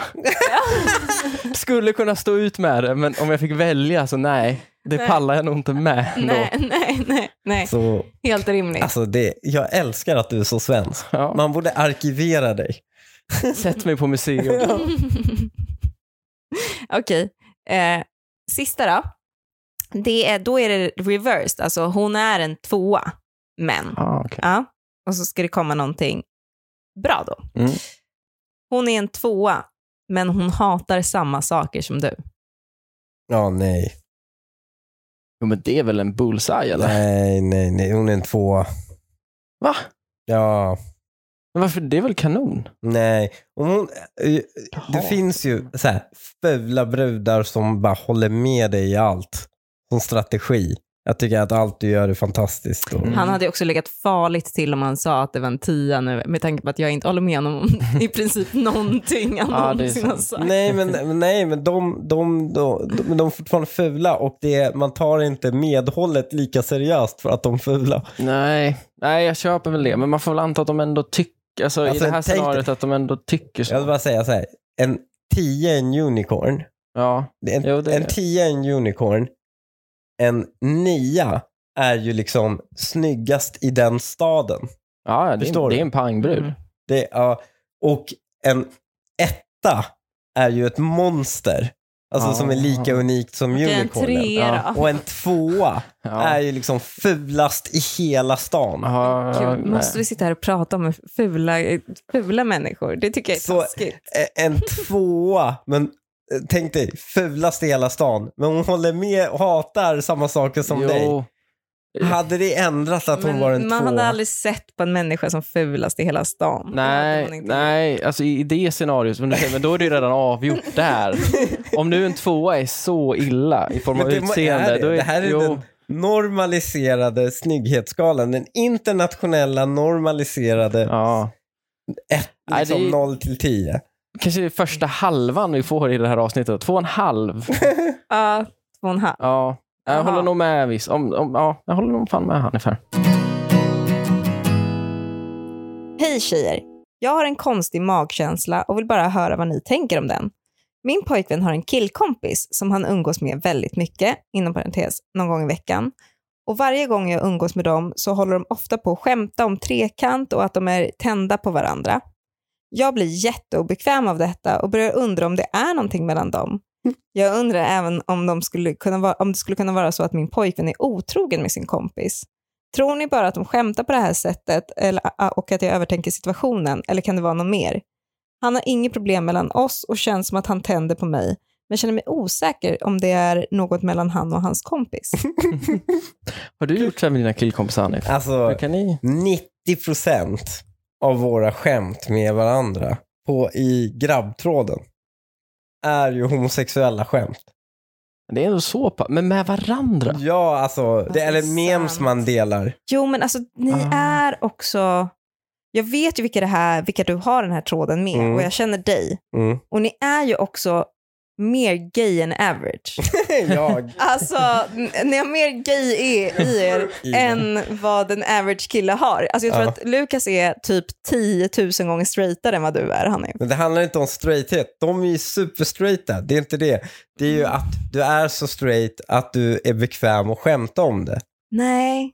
Speaker 3: Skulle kunna stå ut med det, men om jag fick välja så nej. Det
Speaker 2: Nej.
Speaker 3: pallar jag nog inte med ändå.
Speaker 2: Nej, nej, nej, nej.
Speaker 1: Så,
Speaker 2: Helt rimligt.
Speaker 1: alltså det, jag älskar att du är så svensk.
Speaker 3: Ja.
Speaker 1: Man borde arkivera dig.
Speaker 3: Sätt mig på museum.
Speaker 2: Okej. Eh, sista då. Det är, då är det reversed, alltså hon är en tvåa, men.
Speaker 3: Ah, okej.
Speaker 2: Ja. Och så ska det komma någonting bra då.
Speaker 3: Mm.
Speaker 2: Hon är en tvåa, men hon hatar samma saker som du.
Speaker 1: Ja, nej.
Speaker 3: Jo, men det är väl en bullseye eller?
Speaker 1: Nej, nej, nej. Hon är en tvåa.
Speaker 3: Va?
Speaker 1: Ja,
Speaker 3: Men varför? Det är väl kanon?
Speaker 1: nej. Om hon, eh, det
Speaker 3: Jaha.
Speaker 1: finns ju så här, fula brudar som bara håller med dig i allt. Som strategi. Jag tycker att allt du gör är fantastiskt. Och,
Speaker 3: Mm.
Speaker 2: Han hade ju också legat farligt till om han sa att det var en tia nu, med tanke på att jag inte håller med honom om i princip någonting han
Speaker 3: Ja, det är
Speaker 2: någonsin har
Speaker 3: sant.
Speaker 2: sagt.
Speaker 1: Nej men, men nej, men de, de, de, de, men de är fortfarande fula och det, man tar inte medhållet lika seriöst för att de är fula.
Speaker 3: Nej. Nej, jag köper väl det. Men man får väl anta att de ändå tycker, alltså,
Speaker 1: Alltså,
Speaker 3: i det här
Speaker 1: tänk dig-
Speaker 3: scenariot, att de ändå tycker så.
Speaker 1: Jag vill bara säga så här, en 10 är en unicorn,
Speaker 3: Ja.
Speaker 1: en,
Speaker 3: Jo, det-
Speaker 1: en 10 är en unicorn, en 9 är ju liksom snyggast i den staden.
Speaker 3: Ja, ja, det, är,
Speaker 1: Förstår
Speaker 3: en- det
Speaker 1: du?
Speaker 3: är en pangbrud.
Speaker 2: Mm.
Speaker 1: Det, ja, och en etta är ju ett monster, alltså
Speaker 3: Ja.
Speaker 1: som är lika unikt som
Speaker 2: Okej, en
Speaker 1: unicornen.
Speaker 2: trea då.
Speaker 1: Och en tvåa
Speaker 3: Ja.
Speaker 1: är ju liksom fulast i hela stan.
Speaker 3: Ja, ja,
Speaker 2: Gud,
Speaker 3: nej.
Speaker 2: måste vi sitta här och prata om fula, fula människor? Det tycker jag är
Speaker 1: Så-
Speaker 2: taskigt.
Speaker 1: E- en tvåa, men eh, tänk dig, fulast i hela stan. Men hon håller med och hatar samma saker som
Speaker 3: jo.
Speaker 1: dig. Hade det ändrat att hon
Speaker 2: Men
Speaker 1: var en
Speaker 2: man hade
Speaker 1: tvåa?
Speaker 2: aldrig sett på en människa som fulast i hela stan. Det hade man
Speaker 3: Nej,
Speaker 2: inte.
Speaker 3: nej, alltså i i det scenariot, men, du säger, men då är det ju redan avgjort där. Om nu en tvåa är så illa i form
Speaker 1: Men
Speaker 3: av
Speaker 1: det må-
Speaker 3: utseende.
Speaker 1: är det.
Speaker 3: Då är,
Speaker 1: Det här är
Speaker 3: jo,
Speaker 1: den- Normaliserade snygghetsskalan, den internationella normaliserade
Speaker 3: ja. Nej,
Speaker 1: liksom
Speaker 3: det är-
Speaker 1: 0 till 10.
Speaker 3: Kanske det är första halvan vi får i det här avsnittet. Två och en halv.
Speaker 2: Ja, två och en halv.
Speaker 3: Ja, jag
Speaker 2: Jaha.
Speaker 3: håller nog med. Viss. Om, om, ja, jag håller nog fan med Hanif här.
Speaker 2: Hej tjejer! Jag har en konstig magkänsla och vill bara höra vad ni tänker om den. Min pojkvän har en killkompis som han umgås med väldigt mycket, inom parentes, någon gång i veckan. Och varje gång jag umgås med dem så håller de ofta på att skämta om trekant och att de är tända på varandra. Jag blir jätteobekväm av detta och börjar undra om det är någonting mellan dem. Jag undrar även om, de skulle kunna vara, om det skulle kunna vara så att min pojkvän är otrogen med sin kompis. Tror ni bara att de skämtar på det här sättet eller, och att jag övertänker situationen, eller kan det vara något mer? Han har inget problem mellan oss och känns som att han tänder på mig, men känner mig osäker om det är något mellan han och hans kompis.
Speaker 3: Har du gjort så här med dina killkompisar Hanif?
Speaker 1: Alltså,
Speaker 3: Hur kan ni?
Speaker 1: 90% av våra skämt med varandra på, i grabbtråden är ju homosexuella skämt.
Speaker 3: Det är ändå så pa- Men med varandra?
Speaker 1: Ja, alltså, det,
Speaker 2: det är
Speaker 1: eller memes
Speaker 2: sant.
Speaker 1: man delar.
Speaker 2: Jo, men alltså ni
Speaker 3: Ah.
Speaker 2: är också... Jag vet ju vilka, det här, vilka du har den här tråden med
Speaker 1: Mm.
Speaker 2: och jag känner dig.
Speaker 1: Mm.
Speaker 2: Och ni är ju också mer gay än average.
Speaker 1: jag.
Speaker 2: Alltså, n- ni har mer gay i, i er än vad en average kille har. Alltså jag tror
Speaker 1: Ja.
Speaker 2: att Lukas är typ 10 000 gånger straightare än vad du är, han är.
Speaker 1: Men det handlar inte om straighthet. De är ju superstraighta. Det är inte det. Det är ju
Speaker 2: Mm.
Speaker 1: att du är så straight att du är bekväm och skämta om det.
Speaker 2: Nej,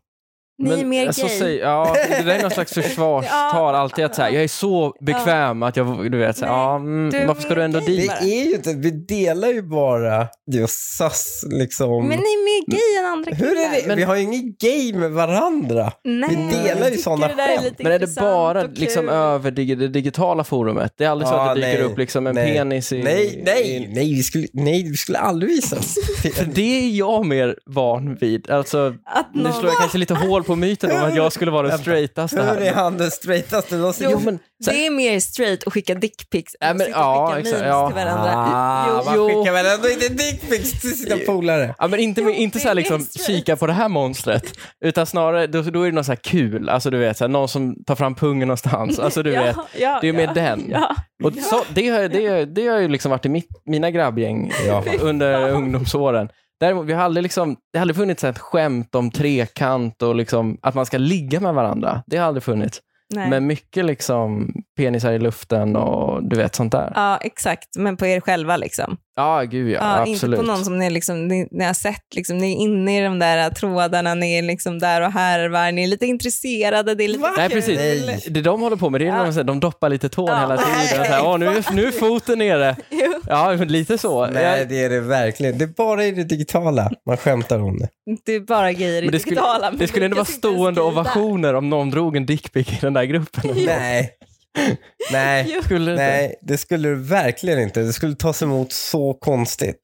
Speaker 2: ni är
Speaker 3: Men,
Speaker 2: mer
Speaker 3: alltså,
Speaker 2: gay.
Speaker 3: säg- ja, det där är någon slags försvarstal alltid. Att, så här, jag är så bekväm att jag... Du vet, så här,
Speaker 2: Nej,
Speaker 3: ja, mm,
Speaker 2: du är
Speaker 3: varför ska du ändå
Speaker 2: mer
Speaker 3: dit?
Speaker 1: Det är ju inte, vi delar ju bara just SAS liksom.
Speaker 2: Men ni är mer gay än andra killar.
Speaker 1: Hur är det?
Speaker 3: Men-
Speaker 1: vi har ju inget gay med varandra.
Speaker 2: Nej,
Speaker 1: Vi delar ju
Speaker 2: jag
Speaker 1: såna
Speaker 2: tycker det där är
Speaker 1: skämt.
Speaker 2: lite
Speaker 3: Men är det
Speaker 2: intressant
Speaker 3: bara
Speaker 2: och
Speaker 3: liksom
Speaker 2: kul.
Speaker 3: över dig- det digitala forumet? Det är aldrig så
Speaker 1: Ja,
Speaker 3: att det dyker
Speaker 1: nej.
Speaker 3: upp liksom en
Speaker 1: Nej.
Speaker 3: penis i...
Speaker 1: Nej,
Speaker 3: i-
Speaker 1: nej, nej, vi skulle, nej, vi skulle aldrig visas.
Speaker 3: För det är jag mer van vid. Alltså,
Speaker 2: Att
Speaker 3: nu
Speaker 2: någon...
Speaker 3: slår jag kanske lite hål på myten om att jag skulle vara den
Speaker 1: Vänta.
Speaker 3: straightaste
Speaker 1: Hur är
Speaker 3: här.
Speaker 1: han den straightaste någonsin?
Speaker 3: Jo, men, så här,
Speaker 2: Det är mer straight att skicka dickpics
Speaker 3: Nej, men-
Speaker 2: än att sitta
Speaker 3: ja,
Speaker 2: och skicka
Speaker 3: exakt,
Speaker 2: memes
Speaker 3: ja.
Speaker 2: till varandra.
Speaker 1: Ah,
Speaker 2: Jo.
Speaker 1: man
Speaker 3: Jo.
Speaker 1: skickar väl ändå inte dickpics till sina polare?
Speaker 3: ja, men inte,
Speaker 2: Jo,
Speaker 3: inte
Speaker 2: det
Speaker 3: så här
Speaker 2: är
Speaker 3: liksom,
Speaker 2: straight.
Speaker 3: kika på det här monstret, utan snarare då, då är det något så här kul, alltså du vet, så här, någon som tar fram pungen någonstans, alltså du
Speaker 2: Ja,
Speaker 3: vet.
Speaker 2: ja,
Speaker 3: Det är ju med
Speaker 2: ja,
Speaker 3: den.
Speaker 2: Ja.
Speaker 3: Och så, det, har, det, det har ju liksom varit i mitt, mina grabbgäng
Speaker 1: Ja.
Speaker 3: under ungdomsåren. Däremot, vi har aldrig liksom, det har aldrig funnits ett skämt om trekant och liksom, att man ska ligga med varandra. Det har aldrig funnits.
Speaker 2: Nej.
Speaker 3: Men mycket liksom penisar i luften och du vet sånt där.
Speaker 2: Ja, exakt. Men på er själva liksom.
Speaker 3: Ja, gud ja.
Speaker 2: Ja, inte
Speaker 3: absolut.
Speaker 2: på någon som ni, liksom, ni, ni har sett. Liksom, ni är inne i de där äh, trådarna, ni är liksom där och härvar, ni är lite intresserade. Det är lite
Speaker 1: Va?
Speaker 3: Nej, precis.
Speaker 1: Nej.
Speaker 3: Det de håller på med det är när de, så här, de doppar lite tån
Speaker 2: Ja.
Speaker 3: hela tiden. Så här, Åh, nu, är, nu är foten nere.
Speaker 2: Jo,
Speaker 3: Ja, men lite så.
Speaker 1: Nej, det är det verkligen. Det är bara i det digitala man skämtar om det.
Speaker 2: det är bara grejer i
Speaker 3: Men
Speaker 2: det
Speaker 3: det skulle,
Speaker 2: digitala. men
Speaker 3: det skulle ändå vara
Speaker 2: lyckas inte ens
Speaker 3: stående
Speaker 2: skriva.
Speaker 3: ovationer om någon drog en dickpic i den där gruppen.
Speaker 1: Nej. Nej.
Speaker 2: Jo.
Speaker 3: Skulle det inte?
Speaker 1: Nej, det skulle du verkligen inte. Det skulle tas emot så konstigt.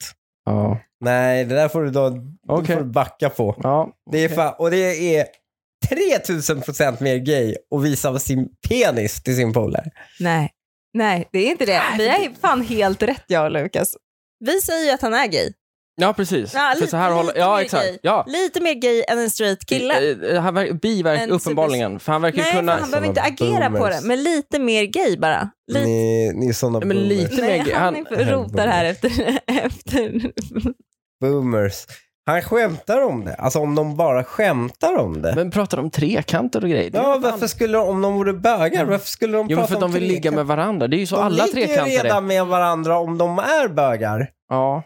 Speaker 3: Ja.
Speaker 1: Nej, det där får du, då, det
Speaker 3: Okej.
Speaker 1: får du backa på.
Speaker 3: ja.
Speaker 1: Det är
Speaker 3: Okej.
Speaker 1: fan, och det är 3000 procent mer gay att visa sin penis till sin polare.
Speaker 2: Nej. Nej, det är inte det. Vi är fan helt rätt, jag och Lukas. Vi säger ju att han är gay.
Speaker 3: ja, precis.
Speaker 2: Ja,
Speaker 3: För
Speaker 2: lite-
Speaker 3: så här håller,
Speaker 2: lite
Speaker 3: ja
Speaker 2: mer
Speaker 3: exakt.
Speaker 2: gay.
Speaker 3: Ja.
Speaker 2: Lite mer gay än en straight kille.
Speaker 3: Eh, eh, Han verkar, bi verkar
Speaker 2: En
Speaker 3: uppenbarligen, för han verkar
Speaker 2: Nej,
Speaker 3: kunna...
Speaker 2: för han behöver inte agera på
Speaker 1: boomers.
Speaker 2: det, men lite mer gay bara. Lite.
Speaker 1: Ni, ni är sådana
Speaker 3: Men
Speaker 1: boomers.
Speaker 3: lite- mer
Speaker 2: Nej,
Speaker 3: gay.
Speaker 2: han,
Speaker 3: Han-
Speaker 2: är- rotar här efter... efter.
Speaker 1: boomers. Han skämtar om det. Alltså om de bara skämtar om det.
Speaker 3: Men pratar om trekanter och grejer? Det är
Speaker 1: ja,
Speaker 3: ju fan- Mm.
Speaker 1: varför skulle de, om de vore bögar, varför skulle de
Speaker 3: Jo, men
Speaker 1: prata
Speaker 3: för att de
Speaker 1: om
Speaker 3: vill ligga
Speaker 1: trekant?
Speaker 3: med varandra. Det är ju så
Speaker 1: de
Speaker 3: alla
Speaker 1: ligger ju
Speaker 3: trekanter är.
Speaker 1: redan med varandra om de är bögar.
Speaker 3: Ja.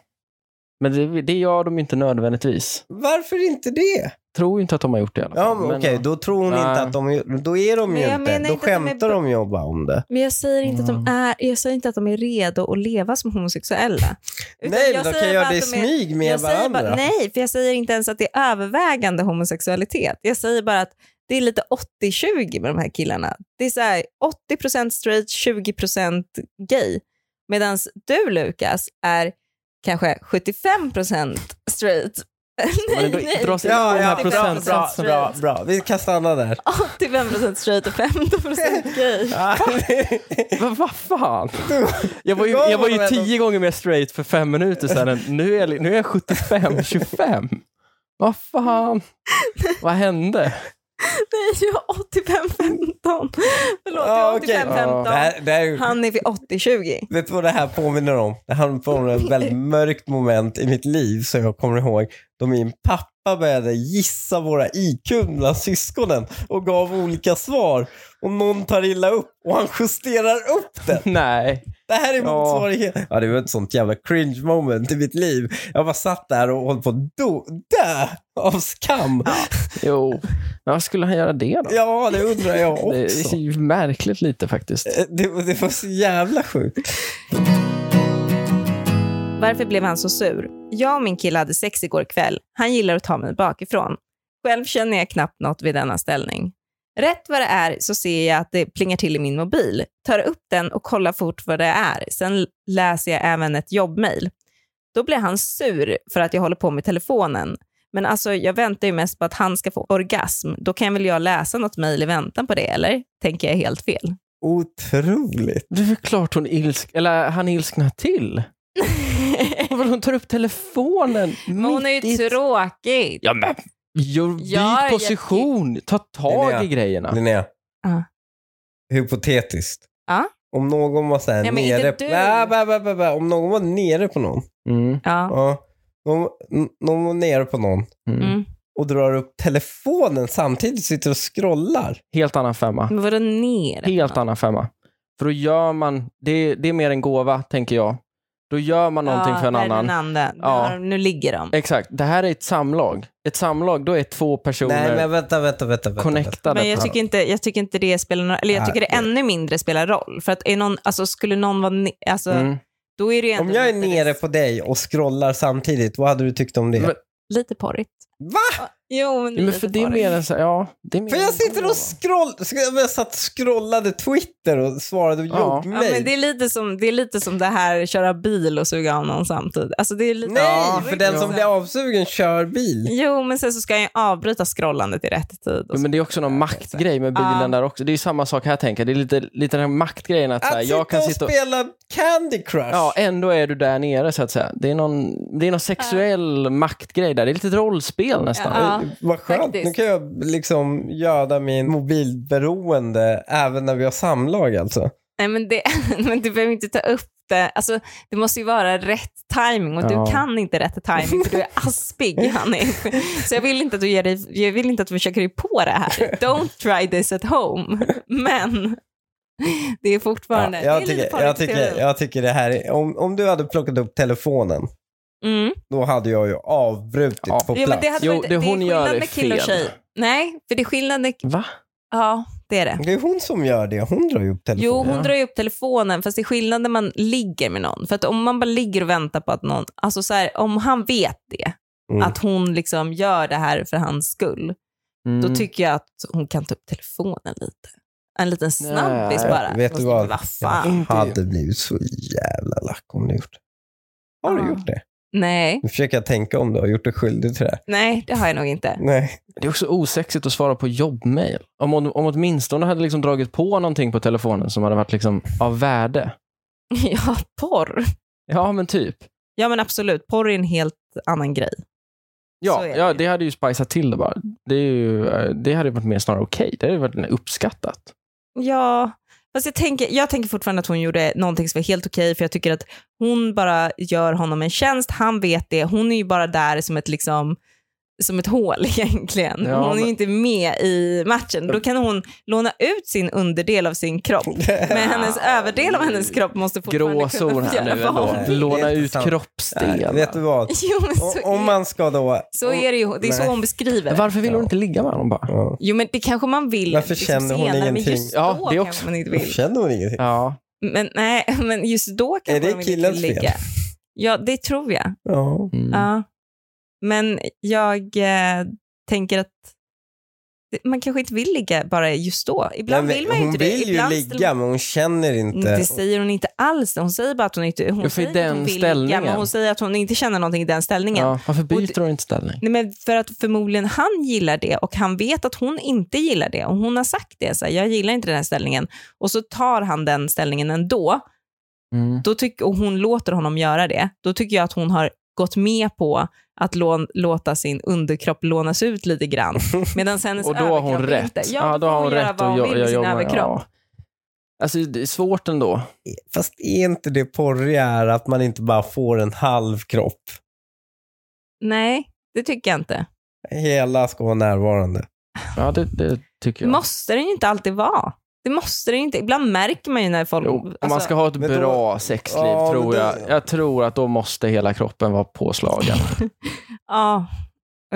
Speaker 3: Men det, det gör de inte nödvändigtvis.
Speaker 1: Varför inte det?
Speaker 3: Tror ju inte att de har gjort det i alla fall.
Speaker 1: Ja, men okej, då tror hon
Speaker 3: Alltså, Nej.
Speaker 1: inte att de... Då är de
Speaker 2: Men
Speaker 1: ju
Speaker 2: jag
Speaker 1: inte.
Speaker 2: menar
Speaker 1: Då
Speaker 2: inte att de är
Speaker 1: skämtar
Speaker 2: bö-
Speaker 1: de ju bara om det.
Speaker 2: Men jag säger, inte att de är, jag säger inte att de är redo att leva som homosexuella. Utan
Speaker 1: Nej, men de
Speaker 2: säger
Speaker 1: kan göra
Speaker 2: bara
Speaker 1: det i
Speaker 2: att de är-
Speaker 1: smyg med
Speaker 2: jag säger
Speaker 1: varandra.
Speaker 2: bara, Nej, för jag säger inte ens att det är övervägande homosexualitet. Jag säger bara att det är lite 80-20 med de här killarna. Det är så här, 80% straight, 20% gay. Medan du, Lukas, är kanske 75% straight.
Speaker 3: Men då dras
Speaker 2: Typ
Speaker 3: inte
Speaker 1: Ja,
Speaker 3: den här
Speaker 1: ja, bra, bra,
Speaker 3: procentsatsen.
Speaker 1: bra, bra. Vi kan stanna där.
Speaker 2: 85% straight och 15% gay.
Speaker 3: Vad va fan? Jag var ju,
Speaker 1: Vad
Speaker 3: jag var
Speaker 1: var
Speaker 3: ju
Speaker 1: det då?
Speaker 3: tio gånger mer straight för fem minuter sedan. än- Nu är, jag- nu är jag 75, 25. Vad fan? Vad hände?
Speaker 2: Nej, jag är 85-15. Förlåt,
Speaker 1: Ja,
Speaker 2: jag
Speaker 1: Ah, okej.
Speaker 2: är 85-15.
Speaker 1: Det här, det här, är-
Speaker 2: Han är vid 80-20.
Speaker 1: Vet du vad det här påminner om? Det här påminner om ett väldigt mörkt moment i mitt liv som jag kommer ihåg. Då min pappa började gissa våra IQ bland syskonen och gav olika svar. Och någon tar illa upp och han justerar upp det.
Speaker 3: Nej.
Speaker 1: Det här är
Speaker 3: Ja.
Speaker 1: motsvarighet. Ja. det var ett sånt jävla cringe moment i mitt liv. Jag bara satt där och höll på att do- dö av skam.
Speaker 3: Jo. Men vad skulle han göra det då?
Speaker 1: Ja, det undrar jag
Speaker 3: Det
Speaker 1: också.
Speaker 3: är ju märkligt lite faktiskt.
Speaker 1: Eh, Det, det var så jävla sjukt.
Speaker 2: Varför blev han så sur? Jag och min kille hade sex igår kväll. Han gillar att ta mig bakifrån. Själv känner jag knappt något vid denna ställning. Rätt vad det är så ser jag att det plingar till i min mobil. Tar upp den och kollar fort vad det är. Sen läser jag även ett jobbmail. Då blir han sur för att jag håller på med telefonen. Men alltså, jag väntar ju mest på att han ska få orgasm. Då kan väl jag läsa något mejl i väntan på det, eller? Tänker jag helt fel.
Speaker 1: Otroligt.
Speaker 3: Det är väl klart hon ilsk eller han ilsknar till. Och hon tar upp telefonen
Speaker 2: Men hon är
Speaker 3: mitt i
Speaker 2: ju
Speaker 3: ett-
Speaker 2: tråkig.
Speaker 3: Ja, men gör-
Speaker 2: Ja,
Speaker 3: byt
Speaker 2: jag-
Speaker 3: position. Ta tag
Speaker 1: Linnea.
Speaker 3: i grejerna.
Speaker 1: Linnea.
Speaker 2: Ja.
Speaker 1: Hypotetiskt.
Speaker 2: Ja.
Speaker 1: Om någon var så här
Speaker 2: Nej, men inte
Speaker 1: nere...
Speaker 2: du.
Speaker 1: Bä, bä, bä, bä, bä. Om någon var nere på någon.
Speaker 3: Mm.
Speaker 2: Ja.
Speaker 1: Ja. Någon, n- någon var nere på någon
Speaker 3: Mm.
Speaker 2: Mm.
Speaker 1: och drar upp telefonen samtidigt sitter och scrollar.
Speaker 3: Helt annan femma.
Speaker 2: Men vadå ner?
Speaker 3: Helt annan femma. För då gör man, det, det är mer en gåva, tänker jag. Då gör man någonting för en
Speaker 2: där är Ah, den
Speaker 3: annan.
Speaker 2: andra. Nu,
Speaker 3: Ja.
Speaker 2: har, nu ligger de.
Speaker 3: Exakt. Det här är ett samlag. Ett samlag, då är två personer
Speaker 1: Nej, men vänta, vänta, vänta. vänta, vänta.
Speaker 3: connectade.
Speaker 2: Men jag tycker, inte, jag tycker inte det spelar någon, eller jag
Speaker 1: Nej,
Speaker 2: tycker det ännu mindre spelar roll. För att är någon, alltså skulle någon vara, ne- alltså,
Speaker 3: Mm.
Speaker 2: då är det ju ändå
Speaker 1: Om jag är
Speaker 2: lite-
Speaker 1: nere på dig och scrollar samtidigt, vad hade du tyckt om det?
Speaker 3: Men-
Speaker 2: Lite porrigt.
Speaker 1: Va?
Speaker 2: Jo, men,
Speaker 3: Ja, men
Speaker 2: lite
Speaker 3: för det är
Speaker 2: porrigt.
Speaker 3: mer en så här, ja, det är mer
Speaker 1: För
Speaker 3: en
Speaker 1: jag sitter
Speaker 3: gåva.
Speaker 1: och scroll, sk- jag satt och scrollade Twitter och svarade
Speaker 3: Ja.
Speaker 2: Ja, men
Speaker 1: jobbmail.
Speaker 2: det, är lite som, det är lite som det här köra bil och suga av någon samtidigt. Alltså, det är lite
Speaker 1: Nej,
Speaker 3: Ja,
Speaker 1: för den som blir avsugen kör bil.
Speaker 2: Jo, men sen så ska jag ju avbryta scrollandet i rätt tid.
Speaker 3: Jo,
Speaker 2: så.
Speaker 3: men det är också någon maktgrej med bilen
Speaker 2: Ja.
Speaker 3: där också. Det är ju samma sak här tänker jag. Det är lite, lite den här maktgrejen att, så här,
Speaker 1: Att
Speaker 3: jag
Speaker 1: sitta
Speaker 3: kan
Speaker 1: och
Speaker 3: sitta och...
Speaker 1: spela Candy Crush.
Speaker 3: Ja, ändå är du där nere så att säga. Det är någon, det är någon sexuell maktgrej där. Det är lite ett rollspel nästan.
Speaker 2: Ja.
Speaker 1: Vad skönt,
Speaker 2: faktiskt.
Speaker 1: nu kan jag liksom göda min mobilberoende även när vi har samlag alltså.
Speaker 2: Nej, men, det, men du behöver inte ta upp det. Alltså, det måste ju vara rätt timing och
Speaker 3: Ja.
Speaker 2: du kan inte rätt timing för du är aspig, Hanif. Så jag vill inte att du, ger dig, jag vill inte att du försöker dig på det här. Don't try this at home. Men det är fortfarande...
Speaker 1: jag,
Speaker 2: det är lite
Speaker 1: tycker, jag, tycker,
Speaker 2: porrigt.
Speaker 1: jag tycker det här är, om, om du hade plockat upp telefonen,
Speaker 2: Mm.
Speaker 1: då hade jag ju avbrutit
Speaker 3: Ja.
Speaker 1: på
Speaker 2: Jo, men
Speaker 1: plats.
Speaker 2: det, hade
Speaker 3: Jo,
Speaker 2: varit,
Speaker 3: det hon
Speaker 2: är
Speaker 3: gör
Speaker 2: skillnad
Speaker 3: är
Speaker 2: med kille och
Speaker 3: fel.
Speaker 2: tjej. Nej, för det är skillnad... med-
Speaker 3: Va?
Speaker 2: Ja, det är det.
Speaker 1: Det är hon som gör det, hon drar ju upp telefonen.
Speaker 2: Jo,
Speaker 3: Ja.
Speaker 2: hon drar ju upp telefonen, fast det är skillnad när man ligger med någon. För att om man bara ligger och väntar på att någon, alltså så här, om han vet det,
Speaker 1: Mm.
Speaker 2: att hon liksom gör det här för hans skull,
Speaker 3: Mm.
Speaker 2: då tycker jag att hon kan ta upp telefonen lite. En liten snabbis
Speaker 3: Nej,
Speaker 2: bara.
Speaker 1: vet du vad?
Speaker 2: Vad
Speaker 1: jag
Speaker 2: fan.
Speaker 3: Inte-
Speaker 1: hade blivit så jävla lack om du gjort det. Har
Speaker 2: Ja.
Speaker 1: du gjort det?
Speaker 2: Nej,
Speaker 1: Nu försöker jag tänka om du har gjort dig skyldig till det här.
Speaker 2: nej, det har jag nog inte.
Speaker 1: Nej.
Speaker 3: Det är också osexigt att svara på jobbmail. Om, hon- om åtminstone hade liksom dragit på någonting på telefonen som hade varit liksom av värde.
Speaker 2: Ja, porr.
Speaker 3: Ja, men typ.
Speaker 2: Ja, men absolut. Porr är en helt annan grej. Så
Speaker 3: Ja,
Speaker 2: är det
Speaker 3: ja
Speaker 2: ju.
Speaker 3: det hade ju spicat till det bara. Det, är ju, eh, det hade ju varit mer snarare okej. Det hade ju varit uppskattat.
Speaker 2: Ja, fast jag tänker, jag tänker fortfarande att hon gjorde någonting som var helt okej, för jag tycker att hon bara gör honom en tjänst, han vet det, hon är ju bara där som ett liksom som ett hål egentligen.
Speaker 3: Ja,
Speaker 2: hon är
Speaker 3: men-
Speaker 2: ju inte med i matchen. Då kan hon låna ut sin underdel av sin kropp. Men hennes överdel av hennes kropp måste fortfarande
Speaker 3: Gråzon
Speaker 2: kunna
Speaker 3: här nu
Speaker 2: göra vad
Speaker 3: ändå.
Speaker 2: hon vill.
Speaker 1: Det
Speaker 3: Låna
Speaker 1: är inte
Speaker 3: ut
Speaker 1: sant. Nej,
Speaker 3: kroppsdelar.
Speaker 1: vet du vad?
Speaker 2: Jo, men så,
Speaker 1: O- Om man ska då...
Speaker 2: så är det ju. Det är så
Speaker 1: Nej.
Speaker 2: hon beskriver det.
Speaker 3: Varför vill hon inte ligga med honom bara?
Speaker 1: Ja.
Speaker 2: Jo, men det kanske man vill.
Speaker 1: Varför känner hon
Speaker 2: senare,
Speaker 1: ingenting?
Speaker 2: Men just
Speaker 3: Ja,
Speaker 2: då
Speaker 3: det
Speaker 2: kanske
Speaker 3: också.
Speaker 2: man inte
Speaker 1: Jag
Speaker 2: vill.
Speaker 1: känner hon ingenting?
Speaker 3: Ja.
Speaker 2: Men nej, men just då kanske
Speaker 1: Är det
Speaker 2: de inte
Speaker 1: killens
Speaker 2: vill
Speaker 1: fel?
Speaker 2: ligga. Ja, det tror jag.
Speaker 1: Ja.
Speaker 3: Mm.
Speaker 2: Ja. Men jag eh, tänker att det- man kanske inte vill ligga bara just då. Ibland
Speaker 1: Nej, men
Speaker 2: vill man ju
Speaker 1: hon
Speaker 2: inte det.
Speaker 1: vill ju
Speaker 2: Ibland ställer Mm,
Speaker 1: ligga, men hon känner
Speaker 2: Man...
Speaker 1: inte.
Speaker 2: Det säger hon inte alls. Hon säger bara att hon inte
Speaker 3: för i
Speaker 2: hon säger att
Speaker 3: den
Speaker 2: hon vill ligga,
Speaker 3: ställningen.
Speaker 2: men hon säger att hon inte känner någonting i den ställningen.
Speaker 3: Ja, varför
Speaker 2: Och
Speaker 3: byter hon inte ställning?
Speaker 2: Nej, men för att förmodligen han gillar det och han vet att hon inte gillar det. Och hon har sagt det, så här, jag gillar inte den här ställningen. Och så tar han den ställningen ändå.
Speaker 3: Mm.
Speaker 2: då tyck, och hon låter honom göra det, då tycker jag att hon har gått med på att lån, låta sin underkropp lånas ut lite grann. Medan hennes
Speaker 3: Och då har hon
Speaker 2: överkropp
Speaker 3: rätt.
Speaker 2: inte. Ja, då har hon göra
Speaker 3: och
Speaker 2: vad hon
Speaker 3: jag-
Speaker 2: vill med
Speaker 3: jag
Speaker 2: sin
Speaker 3: jobbar-
Speaker 2: överkropp.
Speaker 3: ja. Alltså, det är svårt ändå.
Speaker 1: Fast är inte det porriga är att man inte bara får en halv kropp?
Speaker 2: Nej, det tycker jag inte.
Speaker 1: Hela ska vara närvarande.
Speaker 3: Ja, det, det tycker
Speaker 2: Det
Speaker 3: jag.
Speaker 2: måste den ju inte alltid vara. Det måste den ju inte. Ibland märker man ju när folk...
Speaker 3: Jo, om man
Speaker 2: alltså-
Speaker 3: ska ha ett
Speaker 1: Men då-
Speaker 3: bra sexliv,
Speaker 1: Ja, men
Speaker 3: tror
Speaker 1: då-
Speaker 3: jag. Jag tror att då måste hela kroppen vara påslagen.
Speaker 2: Ja,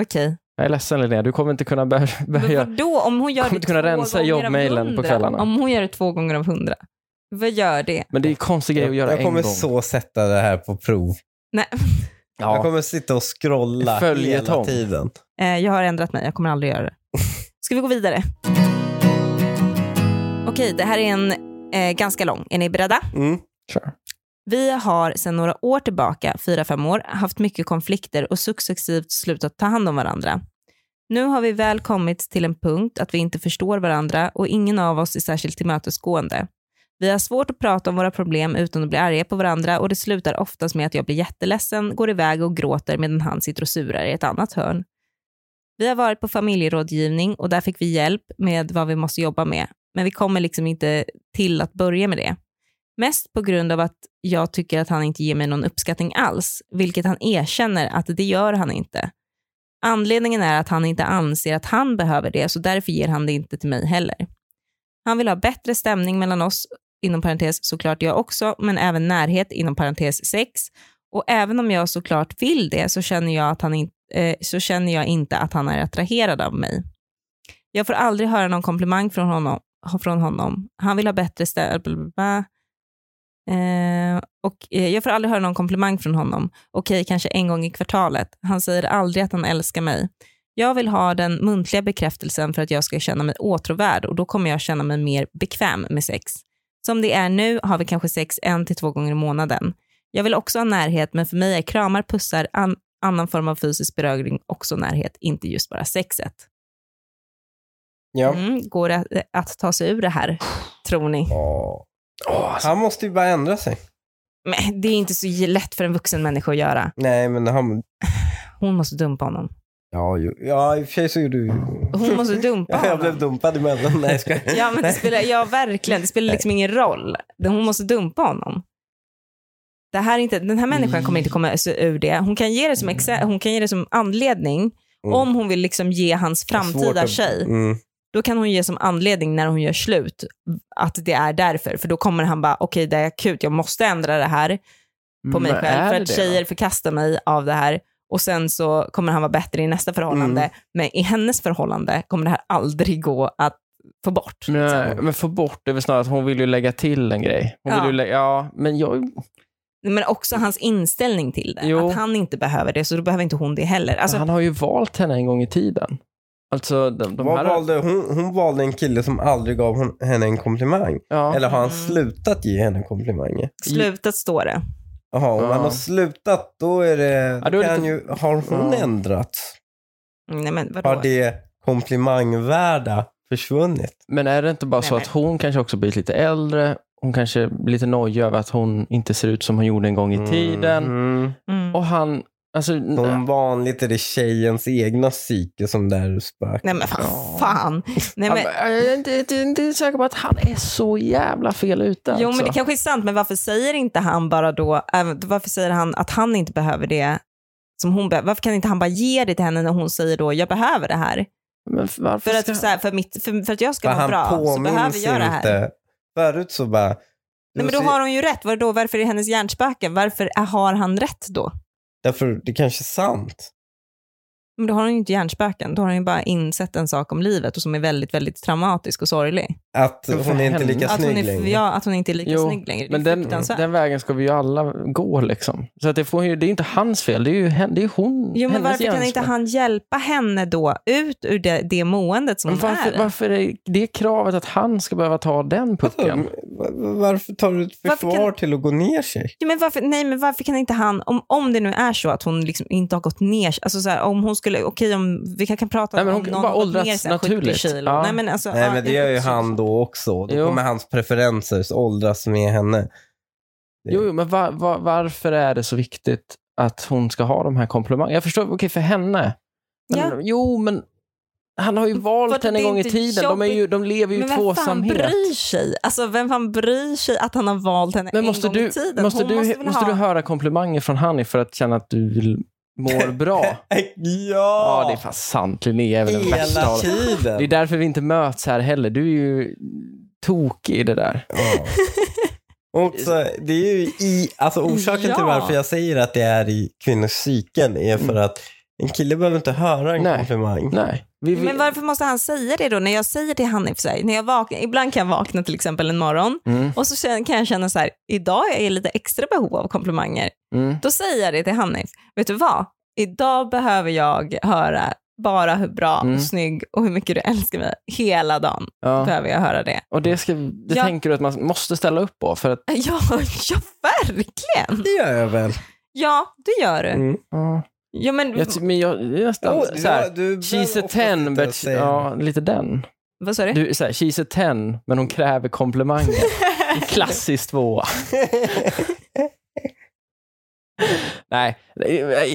Speaker 2: okej.
Speaker 3: Jag är ledsen Linnea, du kommer inte kunna bär,
Speaker 2: Men
Speaker 3: bärja.
Speaker 2: vadå om hon gör
Speaker 3: Kommer
Speaker 2: det
Speaker 3: inte kunna
Speaker 2: två
Speaker 3: rensa
Speaker 2: gånger av
Speaker 3: jobbmailen på
Speaker 2: 100?
Speaker 3: kvällarna.
Speaker 2: Om hon gör det två gånger av hundra, vad gör det?
Speaker 3: Men det är en konstig grej att göra
Speaker 1: jag kommer
Speaker 3: en gång.
Speaker 1: så sätta det här på prov.
Speaker 2: Nej,
Speaker 1: Jag
Speaker 3: Ja.
Speaker 1: kommer sitta och scrolla hela
Speaker 3: Följetong.
Speaker 1: tiden.
Speaker 2: eh, jag har ändrat mig. Jag kommer aldrig göra det. Ska vi gå vidare? Okej, det här är en eh, ganska lång. Är ni beredda?
Speaker 1: Mm.
Speaker 3: Sure.
Speaker 2: Vi har sedan några år tillbaka, fyra fem år, haft mycket konflikter och successivt slutat ta hand om varandra. Nu har vi väl kommit till en punkt att vi inte förstår varandra och ingen av oss är särskilt tillmötesgående. Vi har svårt att prata om våra problem utan att bli arga på varandra och det slutar oftast med att jag blir jätteledsen, går iväg och gråter medan han sitter och surar i ett annat hörn. Vi har varit på familjerådgivning och där fick vi hjälp med vad vi måste jobba med, men vi kommer liksom inte till att börja med det. Mest på grund av att jag tycker att han inte ger mig någon uppskattning alls, vilket han erkänner att det gör han inte. Anledningen är att han inte anser att han behöver det, så därför ger han det inte till mig heller. Han vill ha bättre stämning mellan oss, inom parentes såklart jag också, men även närhet, inom parentes sex. Och även om jag såklart vill det så känner jag, att han in, eh, så känner jag inte att han är attraherad av mig. Jag får aldrig höra någon komplimang från honom. Från honom. Han vill ha bättre stämning. Eh, och eh, jag får aldrig höra någon komplimang från honom. Okej, kanske en gång i kvartalet. Han säger aldrig att han älskar mig. Jag vill ha den muntliga bekräftelsen för att jag ska känna mig åtråvärd och då kommer jag känna mig mer bekväm med sex. Som det är nu har vi kanske sex en till två gånger i månaden. Jag vill också ha närhet, men för mig är kramar, pussar, an- annan form av fysisk beröring också närhet, inte just bara sexet.
Speaker 1: Ja.
Speaker 2: Mm, går det att, att ta sig ur det här, tror ni?
Speaker 1: Ja.
Speaker 3: Åh, alltså,
Speaker 1: Han måste ju bara ändra sig.
Speaker 2: Men det är inte så lätt för en vuxen människa att göra.
Speaker 1: Nej, men han...
Speaker 2: Hon måste dumpa honom.
Speaker 1: Ja, ju... ja i och för sig så gjorde du...
Speaker 2: Hon måste dumpa
Speaker 1: Ja, jag blev
Speaker 2: honom.
Speaker 1: dumpad emellan. Nej, jag skojar.
Speaker 2: Ja, men det
Speaker 1: Nej.
Speaker 2: spelar, ja, verkligen. Det spelar liksom ingen roll. Hon måste dumpa honom. Det här är inte, den här människan kommer inte komma sig ur det. Hon kan ge det som, exa- hon kan ge det som anledning
Speaker 1: Mm.
Speaker 2: om hon vill liksom ge hans
Speaker 1: Svårt
Speaker 2: framtida
Speaker 1: att-
Speaker 2: tjej.
Speaker 1: Mm.
Speaker 2: Då kan hon ge som anledning när hon gör slut att det är därför. För då kommer han bara, okej det är akut, jag måste ändra det här på mig
Speaker 3: men
Speaker 2: själv
Speaker 3: Mm, är
Speaker 2: för
Speaker 3: det
Speaker 2: att
Speaker 3: det?
Speaker 2: tjejer förkastar mig av det här och sen så kommer han vara bättre i nästa förhållande.
Speaker 3: Mm.
Speaker 2: Men i hennes förhållande kommer det här aldrig gå att få bort.
Speaker 3: Nej, men få bort det är väl snarare att hon vill ju lägga till en grej. Hon
Speaker 2: Alltså. Ja.
Speaker 3: vill ju lägga, ja, men jag,
Speaker 2: Men också hans inställning till det.
Speaker 3: Jo.
Speaker 2: Att han inte behöver det, så då behöver inte hon det heller. Alltså,
Speaker 3: han har ju valt henne en gång i tiden. Alltså, de, de
Speaker 1: Vad
Speaker 3: här...
Speaker 1: valde hon? Hon valde en kille som aldrig gav hon, henne en komplimang.
Speaker 3: Ja.
Speaker 1: Eller har han
Speaker 2: Mm.
Speaker 1: slutat ge henne komplimanger?
Speaker 2: slutet står det.
Speaker 1: Jaha, om
Speaker 3: Ja.
Speaker 1: han har slutat då är det...
Speaker 3: Ja, då är det
Speaker 1: kan
Speaker 3: lite-
Speaker 1: ju, har hon
Speaker 3: Ja.
Speaker 1: ändrats?
Speaker 2: Mm, Nej men vadå?
Speaker 1: Har det komplimangvärda försvunnit?
Speaker 3: Men är det inte bara
Speaker 2: Nej,
Speaker 3: så
Speaker 2: men-
Speaker 3: att hon kanske också blivit lite äldre? Hon kanske blir lite nojig över att hon inte ser ut som hon gjorde en gång i tiden.
Speaker 1: Mm.
Speaker 2: Mm.
Speaker 3: Och han, alltså,
Speaker 1: Som vanligt är det tjejens egna psyke som där spökar.
Speaker 2: Nej men fan.
Speaker 3: Ja.
Speaker 2: fan. Nej, men,
Speaker 3: jag är inte, inte, inte säker på att han är så jävla fel ute.
Speaker 2: jo
Speaker 3: alltså.
Speaker 2: men det kanske är sant, men varför säger inte han bara då, även- varför säger han att han inte behöver det som hon behöver? Varför kan inte han bara ge det till henne när hon säger då, jag behöver det här?
Speaker 3: Men varför
Speaker 2: För att,
Speaker 3: ska...
Speaker 2: så här, för, mitt, för, för att jag ska
Speaker 1: För
Speaker 2: vara
Speaker 1: han
Speaker 2: bra så behöver
Speaker 1: påminns
Speaker 2: jag det här.
Speaker 1: inte. Förut så bara...
Speaker 2: Nej, men då har hon ju rätt. Var då, varför är hennes hjärnspöken? Varför är- har han rätt då?
Speaker 1: Därför, det kanske är sant.
Speaker 2: Men då har hon ju inte hjärnspöken. Då har hon ju bara insett en sak om livet och som är väldigt, väldigt traumatisk och sorglig.
Speaker 1: Att
Speaker 3: Men för
Speaker 1: hon är inte
Speaker 3: henne.
Speaker 1: lika
Speaker 2: Att hon,
Speaker 1: snygg
Speaker 2: är,
Speaker 1: längre.
Speaker 2: ja, att hon inte är lika
Speaker 3: Jo,
Speaker 2: snygg längre. Det är
Speaker 3: Men den,
Speaker 2: fruktansvärt.
Speaker 3: den vägen ska vi ju alla gå liksom. Så att det, får, ju- det är ju inte hans fel, det är ju hen, det är ju hon,
Speaker 2: Jo, men
Speaker 3: hennes
Speaker 2: varför kan
Speaker 3: hjärnspöke.
Speaker 2: inte han hjälpa henne då ut ur det, det måendet som
Speaker 3: Men
Speaker 2: hon är?
Speaker 3: varför,
Speaker 2: i?
Speaker 3: varför är det kravet att han ska behöva ta den pucken?
Speaker 1: Var- Varför tar du ett
Speaker 2: Varför
Speaker 1: försvar till att gå ner sig?
Speaker 2: Ja, men varför, nej, men varför kan inte han, om, om det nu är så att hon liksom inte har gått ner, alltså så här, om hon skulle, okej om vi kan, kan prata
Speaker 3: Nej, men
Speaker 2: om
Speaker 3: hon
Speaker 2: någon
Speaker 3: bara
Speaker 2: har gått
Speaker 3: åldrats
Speaker 2: ner så här 70
Speaker 3: naturligt.
Speaker 2: kilo.
Speaker 3: Ja.
Speaker 2: Nej, men alltså,
Speaker 1: Nej,
Speaker 2: ja,
Speaker 1: men det
Speaker 2: jag-
Speaker 1: gör ju han då också. Då
Speaker 3: Jo.
Speaker 1: kommer hans preferenser åldras med henne.
Speaker 3: Jo, jo men va, va, varför är det så viktigt att hon ska ha de här komplimangerna. Jag förstår, okej för henne. Men,
Speaker 2: Ja.
Speaker 3: Jo, men han har ju
Speaker 2: Var
Speaker 3: valt
Speaker 2: det
Speaker 3: henne en gång i
Speaker 2: inte
Speaker 3: tiden. De, är ju,
Speaker 2: jobbigt?
Speaker 3: de lever ju i
Speaker 2: Men vem fan
Speaker 3: tvåsamhet.
Speaker 2: bryr sig? Alltså vem fan bryr sig att han har valt henne
Speaker 3: Men måste
Speaker 2: en gång
Speaker 3: du,
Speaker 2: i tiden?
Speaker 3: måste,
Speaker 2: Hon
Speaker 3: du,
Speaker 2: måste
Speaker 3: måste,
Speaker 2: väl
Speaker 3: du
Speaker 2: ha-
Speaker 3: höra komplimanger från Hanif för att känna att du vill- mår bra? ja.
Speaker 1: Äh, ja!
Speaker 3: det är fan sant. Linnea är väl den bästa
Speaker 1: Hela
Speaker 3: av
Speaker 1: tiden.
Speaker 3: Det är därför vi inte möts här heller. Du är ju tokig i det där.
Speaker 1: Ja. Och så, det är ju i, alltså orsaken
Speaker 2: Ja.
Speaker 1: till varför jag säger att det är i kvinnors psyken är för att en kille behöver inte höra en
Speaker 3: Mm. Nej. Mm.
Speaker 1: komplimang.
Speaker 3: Nej. Vi, vi,
Speaker 2: Men varför måste han säga det då? När jag säger till Hanif, så här, när jag vaknar, ibland kan jag vakna till exempel en morgon
Speaker 3: Mm,
Speaker 2: och så kän- kan jag känna så här, idag är jag lite extra behov av komplimanger.
Speaker 3: mm.
Speaker 2: Då säger jag det till Hanif, vet du vad? Idag behöver jag höra bara hur bra
Speaker 3: Mm.
Speaker 2: och snygg och hur mycket du älskar mig. Hela dagen
Speaker 3: Ja.
Speaker 2: behöver jag höra det.
Speaker 3: Och det, ska, det
Speaker 2: Ja.
Speaker 3: tänker du att man måste ställa upp på. För att,
Speaker 2: Ja, ja verkligen.
Speaker 1: Det gör jag väl.
Speaker 2: Ja, det gör du.
Speaker 1: Mm.
Speaker 3: ja.
Speaker 2: Ja, men,
Speaker 3: jag, ty- men jag det är nästan
Speaker 1: Jo,
Speaker 3: så här,
Speaker 1: du- du
Speaker 3: she's
Speaker 1: behöver
Speaker 3: a
Speaker 1: oftast
Speaker 3: ten,
Speaker 1: inte
Speaker 3: but she,
Speaker 1: säga
Speaker 3: ja, lite den.
Speaker 2: vad sa du?
Speaker 3: Du, så här, she's a ten, men hon kräver komplimanger. Klassisk tvåa. Nej, jag,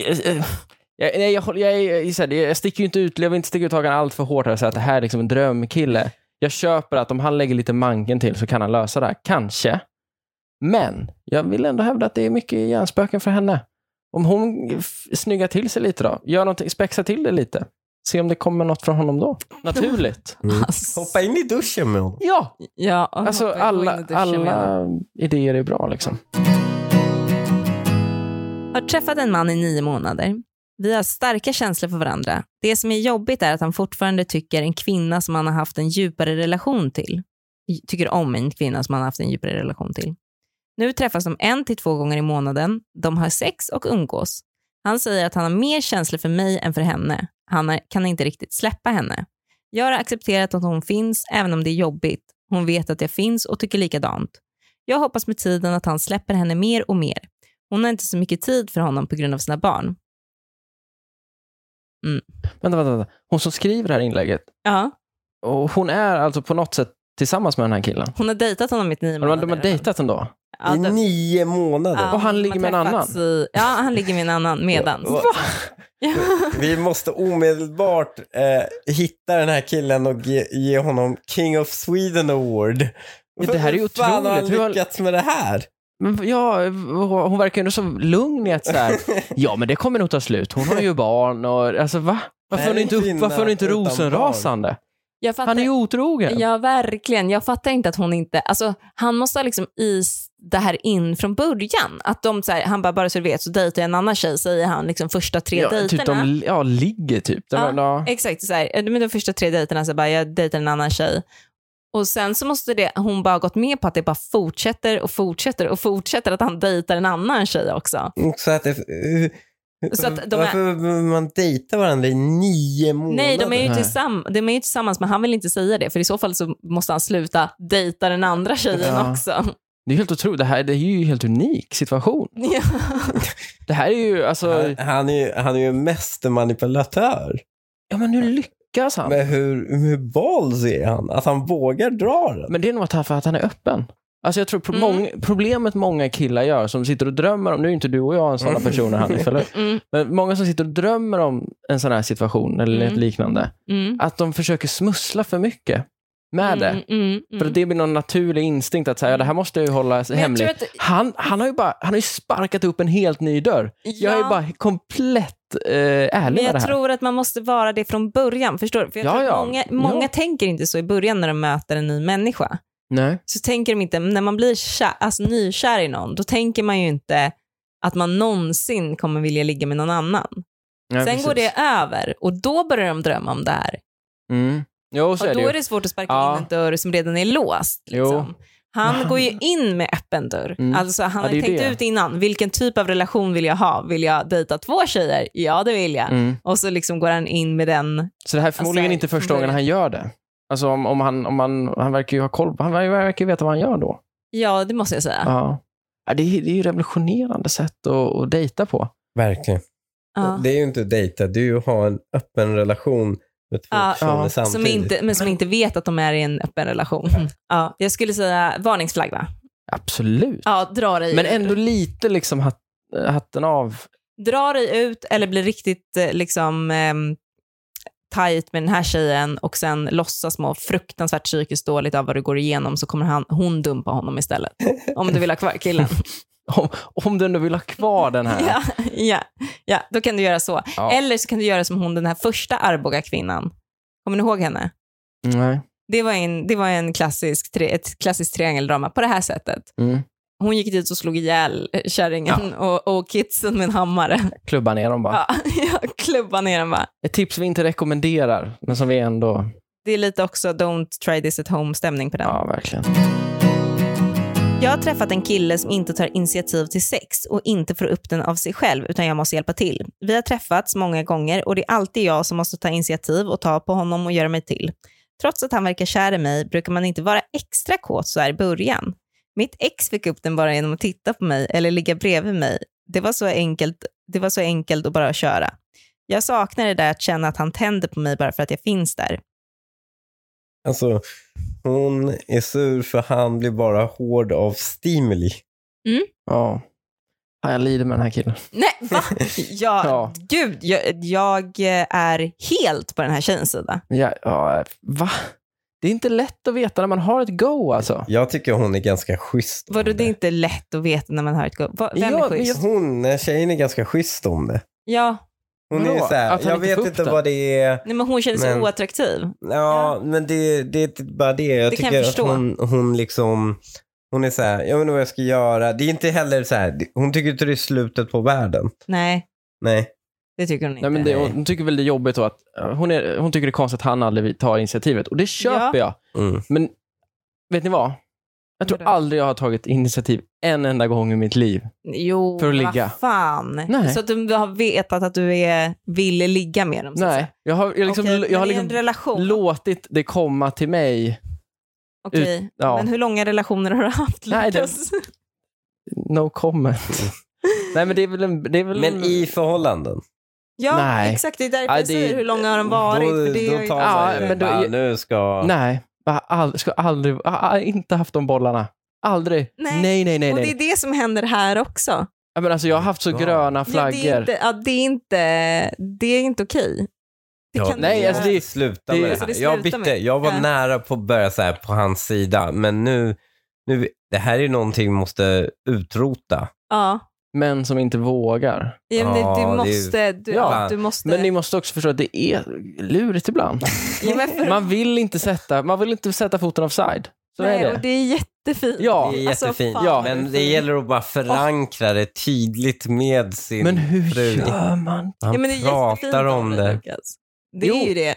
Speaker 3: jag, jag, håller- jag, är- så här, jag sticker ju inte ut, jag vill inte sticka ut hakan allt för hårt här och säga att det här är liksom en drömkille. Jag köper att om han lägger lite manken till så kan han lösa det här, kanske. Men jag vill ändå hävda att det är mycket hjärnspöken för henne. Om hon f- snyggar till sig lite då, gör någonting, spexar till det lite. Se om det kommer något från honom då. Naturligt.
Speaker 1: Mm.
Speaker 2: Alltså,
Speaker 1: Hoppa in i duschen med honom.
Speaker 3: Ja,
Speaker 2: Ja,
Speaker 3: alltså
Speaker 2: hoppa in och gå in
Speaker 3: alla,
Speaker 2: i duschen med honom.
Speaker 3: alla idéer är bra liksom.
Speaker 2: Har träffat en man i nio månader. Vi har starka känslor för varandra. Det som är jobbigt är att han fortfarande tycker en kvinna som han har haft en djupare relation till, tycker om en kvinna som han har haft en djupare relation till. Nu träffas de en till två gånger i månaden. De har sex och umgås. Han säger att han har mer känslor för mig än för henne. Han är, kan inte riktigt släppa henne. Jag har accepterat att hon finns, även om det är jobbigt. Hon vet att jag finns och tycker likadant. Jag hoppas med tiden att han släpper henne mer och mer. Hon har inte så mycket tid för honom på grund av sina barn.
Speaker 3: Vänta, vänta, vänta. Hon som skriver det här inlägget,
Speaker 2: Ja.
Speaker 3: Och hon är alltså på något sätt tillsammans med den här killen.
Speaker 2: Hon har dejtat honom i ett nio
Speaker 3: De, har-
Speaker 2: månader.
Speaker 3: de har dejtat ändå.
Speaker 2: Ja,
Speaker 1: I
Speaker 2: de-
Speaker 1: nio månader.
Speaker 2: ja,
Speaker 3: Och han
Speaker 2: de
Speaker 3: ligger
Speaker 2: har
Speaker 3: med en
Speaker 2: träffats I, ja, han ligger med en annan medans.
Speaker 1: Va? Vi måste omedelbart eh, hitta den här killen och ge, ge honom King of Sweden Award.
Speaker 3: Ja, det här är ju
Speaker 1: Hur fan har han
Speaker 3: otroligt. Hur har-
Speaker 1: lyckats med det här?
Speaker 3: Men ja, hon verkar ju ändå så lugn i att så här, ja men det kommer nog ta slut. Hon har ju barn och alltså va? Varför är hon
Speaker 1: Nej,
Speaker 3: inte, upp,
Speaker 1: kvinna
Speaker 3: varför är hon inte
Speaker 1: utan
Speaker 3: rosenrasande?
Speaker 2: Jag fattar,
Speaker 3: Han är ju otrogen.
Speaker 2: Ja, verkligen. Jag fattar inte att hon inte... Alltså, han måste ha liksom is det här in från början. Att de, så här, han bara, bara så du vet, så dejtar jag en annan tjej, säger han, liksom första tre
Speaker 3: Ja,
Speaker 2: dejterna.
Speaker 3: typ de ja, ligger typ. De,
Speaker 2: Ja.
Speaker 3: ja.
Speaker 2: Exakt, så här, men de första tre dejterna så bara, jag dejtar en annan tjej. Och sen så måste det, hon bara ha gått med på att det bara fortsätter och fortsätter och fortsätter att han dejtar en annan tjej också.
Speaker 1: Också att det, eh,
Speaker 2: Så att de är-
Speaker 1: varför behöver man dejta varandra i nio månader?
Speaker 2: Nej, de är, ju
Speaker 3: Nej.
Speaker 2: tillsamm- de är ju tillsammans men han vill inte säga det för i så fall så måste han sluta dejta den andra tjejen
Speaker 3: Ja.
Speaker 2: också.
Speaker 3: Det är helt otroligt. Det här det är ju en helt unik situation.
Speaker 2: Ja.
Speaker 3: Det här är ju alltså,
Speaker 1: han, han, är, ju- han är ju en mästermanipulatör.
Speaker 3: ja men hur lyckas han?
Speaker 1: Men hur, hur balls är han? Att han vågar dra den?
Speaker 3: Men det är nog att han- för att han är öppen. Alltså jag tror pro-
Speaker 2: Mm.
Speaker 3: mång- problemet många killar gör som sitter och drömmer om, nu är inte du och jag en sån
Speaker 1: Mm.
Speaker 3: person Hanif, eller hur?
Speaker 2: Mm,
Speaker 3: Men många som sitter och drömmer om en sån här situation eller
Speaker 2: Mm.
Speaker 3: ett liknande,
Speaker 2: mm,
Speaker 3: att de försöker smussla för mycket med det.
Speaker 2: mm, mm, mm.
Speaker 3: För att det blir någon naturlig instinkt att säga, ja, det här måste jag ju hålla
Speaker 2: Men jag
Speaker 3: hemligt.
Speaker 2: tror att-
Speaker 3: Han, han har ju bara, han har ju sparkat upp en helt ny dörr. Jag är ju
Speaker 2: Ja.
Speaker 3: bara komplett eh, ärlig
Speaker 2: Men
Speaker 3: med det
Speaker 2: jag
Speaker 3: här.
Speaker 2: tror att man måste vara det från början. Förstår du? För jag
Speaker 3: Ja,
Speaker 2: tror att
Speaker 3: ja.
Speaker 2: Många,
Speaker 3: Ja.
Speaker 2: många tänker inte så i början när de möter en ny människa.
Speaker 3: Nej.
Speaker 2: Så tänker de inte, när man blir kär, alltså nykär i någon, då tänker man ju inte att man någonsin kommer vilja ligga med någon annan.
Speaker 3: Nej,
Speaker 2: Sen går
Speaker 3: precis.
Speaker 2: det över och då börjar de drömma om det här.
Speaker 3: Mm. Jo, så
Speaker 2: Och
Speaker 3: är det
Speaker 2: då
Speaker 3: ju.
Speaker 2: är det svårt att sparka
Speaker 3: Ja.
Speaker 2: in en dörr som redan är låst. Liksom. Han
Speaker 3: Men-
Speaker 2: går ju in med öppen dörr.
Speaker 3: Mm.
Speaker 2: Alltså, han
Speaker 3: Ja,
Speaker 2: har
Speaker 3: det är
Speaker 2: ju tänkt
Speaker 3: det.
Speaker 2: ut innan, vilken typ av relation vill jag ha? Vill jag dejta två tjejer? Ja, det vill jag.
Speaker 3: Mm.
Speaker 2: Och så liksom går han in med den
Speaker 3: Så det här är förmodligen
Speaker 2: Alltså,
Speaker 3: inte första
Speaker 2: från
Speaker 3: gången
Speaker 2: början.
Speaker 3: han gör det. Alltså om, om han, om han, han verkar ju ha koll på, han verkar verkar ju veta vad han gör då.
Speaker 2: Ja, det måste jag säga. Ja.
Speaker 3: Ja. Ja, det, är, det är ju revolutionerande sätt att, att dejta på.
Speaker 1: Verkligen. Det är ju inte att dejta, det är ju att ha en öppen relation med två
Speaker 2: Ja.
Speaker 1: personer
Speaker 3: Ja.
Speaker 2: Som
Speaker 1: samtidigt.
Speaker 2: inte, men som inte vet att de är i en öppen relation.
Speaker 3: Mm.
Speaker 2: Ja, jag skulle säga varningsflagg va?
Speaker 3: Absolut.
Speaker 2: Ja, dra dig
Speaker 3: Men
Speaker 2: ur.
Speaker 3: ändå lite liksom hat, hatten av
Speaker 2: dra dig ut eller bli riktigt eh, liksom ehm, tajt med den här tjejen och sen låtsas må fruktansvärt psykiskt dåligt av vad du går igenom så kommer han, hon dumpa honom istället. Om du vill ha kvar killen.
Speaker 3: Om, om du ändå vill ha kvar den här.
Speaker 2: ja, ja, ja, då kan du göra så.
Speaker 3: Ja.
Speaker 2: Eller så kan du göra som hon, den här första Arboga-kvinnan. Kommer ni ihåg henne?
Speaker 3: Nej.
Speaker 2: Det var, en, det var en klassisk, tre- ett klassiskt triangeldrama på det här sättet.
Speaker 3: Mm.
Speaker 2: Hon gick dit och slog ihjäl eh, kärringen och, och kidsen med en hammare.
Speaker 3: Klubba ner dem bara.
Speaker 2: Ja, jag klubbar ner den bara.
Speaker 3: Ett tips vi inte rekommenderar, men som vi ändå...
Speaker 2: Det är lite också don't try this at home-stämning på den.
Speaker 3: Ja, verkligen.
Speaker 2: Jag har träffat en kille som inte tar initiativ till sex och inte får upp den av sig själv utan jag måste hjälpa till. Vi har träffats många gånger och det är alltid jag som måste ta initiativ och ta på honom och göra mig till. Trots att han verkar kär i mig brukar man inte vara extra kåt så här i början. Mitt ex fick upp den bara genom att titta på mig eller ligga bredvid mig. Det var så enkelt, det var så enkelt att bara köra. Jag saknar det där att känna att han tänder på mig bara för att jag finns där.
Speaker 1: Alltså, hon är sur för han blir bara hård av stimuli.
Speaker 3: Ja. Fan, jag lider med den här killen.
Speaker 2: Nej, va? Jag,
Speaker 3: Ja.
Speaker 2: Gud, jag, jag är helt på den här tjejens sida.
Speaker 3: Ja, ja, va? Det är inte lätt att veta när man har ett go alltså.
Speaker 1: Jag tycker hon är ganska schysst. om Alltså,
Speaker 2: Vadå, det är inte lätt att veta när man har ett go- Va- Vem
Speaker 3: Ja,
Speaker 2: är
Speaker 3: men
Speaker 2: schysst?
Speaker 3: jag-
Speaker 1: Hon, tjejen är ganska schysst om det.
Speaker 2: Ja,
Speaker 1: Hon är
Speaker 3: Vadå?
Speaker 1: ju så här,
Speaker 3: Att han
Speaker 1: jag
Speaker 3: inte
Speaker 1: vet
Speaker 3: får upp
Speaker 1: inte
Speaker 3: den?
Speaker 1: vad det är.
Speaker 2: Nej, men hon känner sig
Speaker 1: Men-
Speaker 2: oattraktiv.
Speaker 1: Ja, men det, det är typ bara det. Jag
Speaker 2: Det kan jag
Speaker 1: tycker att
Speaker 2: förstå.
Speaker 1: hon, hon liksom, hon är så här, jag vet inte vad jag ska göra. Det är inte heller så här, hon tycker inte det är slutet på världen.
Speaker 2: Nej,
Speaker 1: Nej.
Speaker 2: det tycker hon inte.
Speaker 3: Nej, men det,
Speaker 1: Nej.
Speaker 3: hon tycker väl det är jobbigt då att eh, hon, är, hon tycker det är konstigt att han aldrig tar initiativet. Och det köper jag.
Speaker 1: Mm.
Speaker 3: Men vet ni vad? Jag tror
Speaker 2: Vadå?
Speaker 3: aldrig jag har tagit initiativ en enda gång i mitt liv.
Speaker 2: Jo,
Speaker 3: För att ligga.
Speaker 2: vad fan.
Speaker 3: Nej.
Speaker 2: Så att du har vetat att du är, vill ligga med dem. så att säga.
Speaker 3: Nej, jag har, jag liksom,
Speaker 2: Okej, men
Speaker 3: jag har
Speaker 2: det är en
Speaker 3: liksom
Speaker 2: relation.
Speaker 3: låtit det komma till mig.
Speaker 2: Okej,
Speaker 3: ja.
Speaker 2: men hur långa relationer har du haft,
Speaker 3: Nej, det-
Speaker 2: Lukas?
Speaker 3: No comment. Nej, men det är väl en... Det är väl
Speaker 1: Men i förhållanden.
Speaker 2: Ja,
Speaker 3: Nej.
Speaker 2: exakt. Det är därför
Speaker 3: Nej,
Speaker 2: jag
Speaker 3: det-
Speaker 2: säger hur långa har de varit.
Speaker 1: då,
Speaker 2: för det är
Speaker 1: då
Speaker 2: ju-
Speaker 1: tar
Speaker 3: Ja,
Speaker 1: man ju,
Speaker 3: men då-
Speaker 1: bara, nu ska...
Speaker 3: Nej, jag har ald- ska aldrig... Jag har inte haft de bollarna. Aldrig.
Speaker 2: Nej.
Speaker 3: Nej, nej, nej. nej,
Speaker 2: Och det är det som händer här också.
Speaker 3: Ja, men alltså, jag har haft så
Speaker 1: Ja.
Speaker 3: gröna
Speaker 2: Ja, det, är
Speaker 3: flaggor.
Speaker 2: inte, ja, det, är inte, det är inte okej. Det
Speaker 1: Ja,
Speaker 2: kan
Speaker 3: nej,
Speaker 2: inte
Speaker 3: alltså
Speaker 2: göra.
Speaker 3: det-
Speaker 1: sluta
Speaker 3: det-
Speaker 1: med det
Speaker 3: Så
Speaker 1: här.
Speaker 2: det
Speaker 1: jag
Speaker 2: slutar
Speaker 1: bytte,
Speaker 2: med-
Speaker 1: jag var
Speaker 2: Ja.
Speaker 1: nära på att börja så här på hans sida, men nu, nu, det här är någonting vi måste utrota.
Speaker 2: ja.
Speaker 3: Män som inte vågar.
Speaker 2: Ja, men det,
Speaker 1: Ja,
Speaker 2: du
Speaker 1: det är-
Speaker 2: måste... Du,
Speaker 1: ja.
Speaker 2: du måste
Speaker 3: Men ni måste också förstå att det är lurigt ibland.
Speaker 2: ja, men för,
Speaker 3: Man vill inte sätta, man vill inte sätta foten offside. Så
Speaker 2: nej,
Speaker 3: är
Speaker 2: Och
Speaker 3: det.
Speaker 2: det är jättefint.
Speaker 3: Ja.
Speaker 1: det är
Speaker 2: Alltså,
Speaker 1: jättefint,
Speaker 2: fan,
Speaker 3: Ja.
Speaker 1: men
Speaker 2: vad
Speaker 1: det
Speaker 2: fint.
Speaker 1: gäller att bara förankra det tydligt med sin...
Speaker 3: Men hur
Speaker 1: Fru.
Speaker 3: gör man?
Speaker 1: han
Speaker 2: ja, men det är jättefint
Speaker 1: pratar
Speaker 2: av
Speaker 1: om
Speaker 2: dig,
Speaker 1: det.
Speaker 2: Lukas. Det
Speaker 3: Jo.
Speaker 2: är ju det.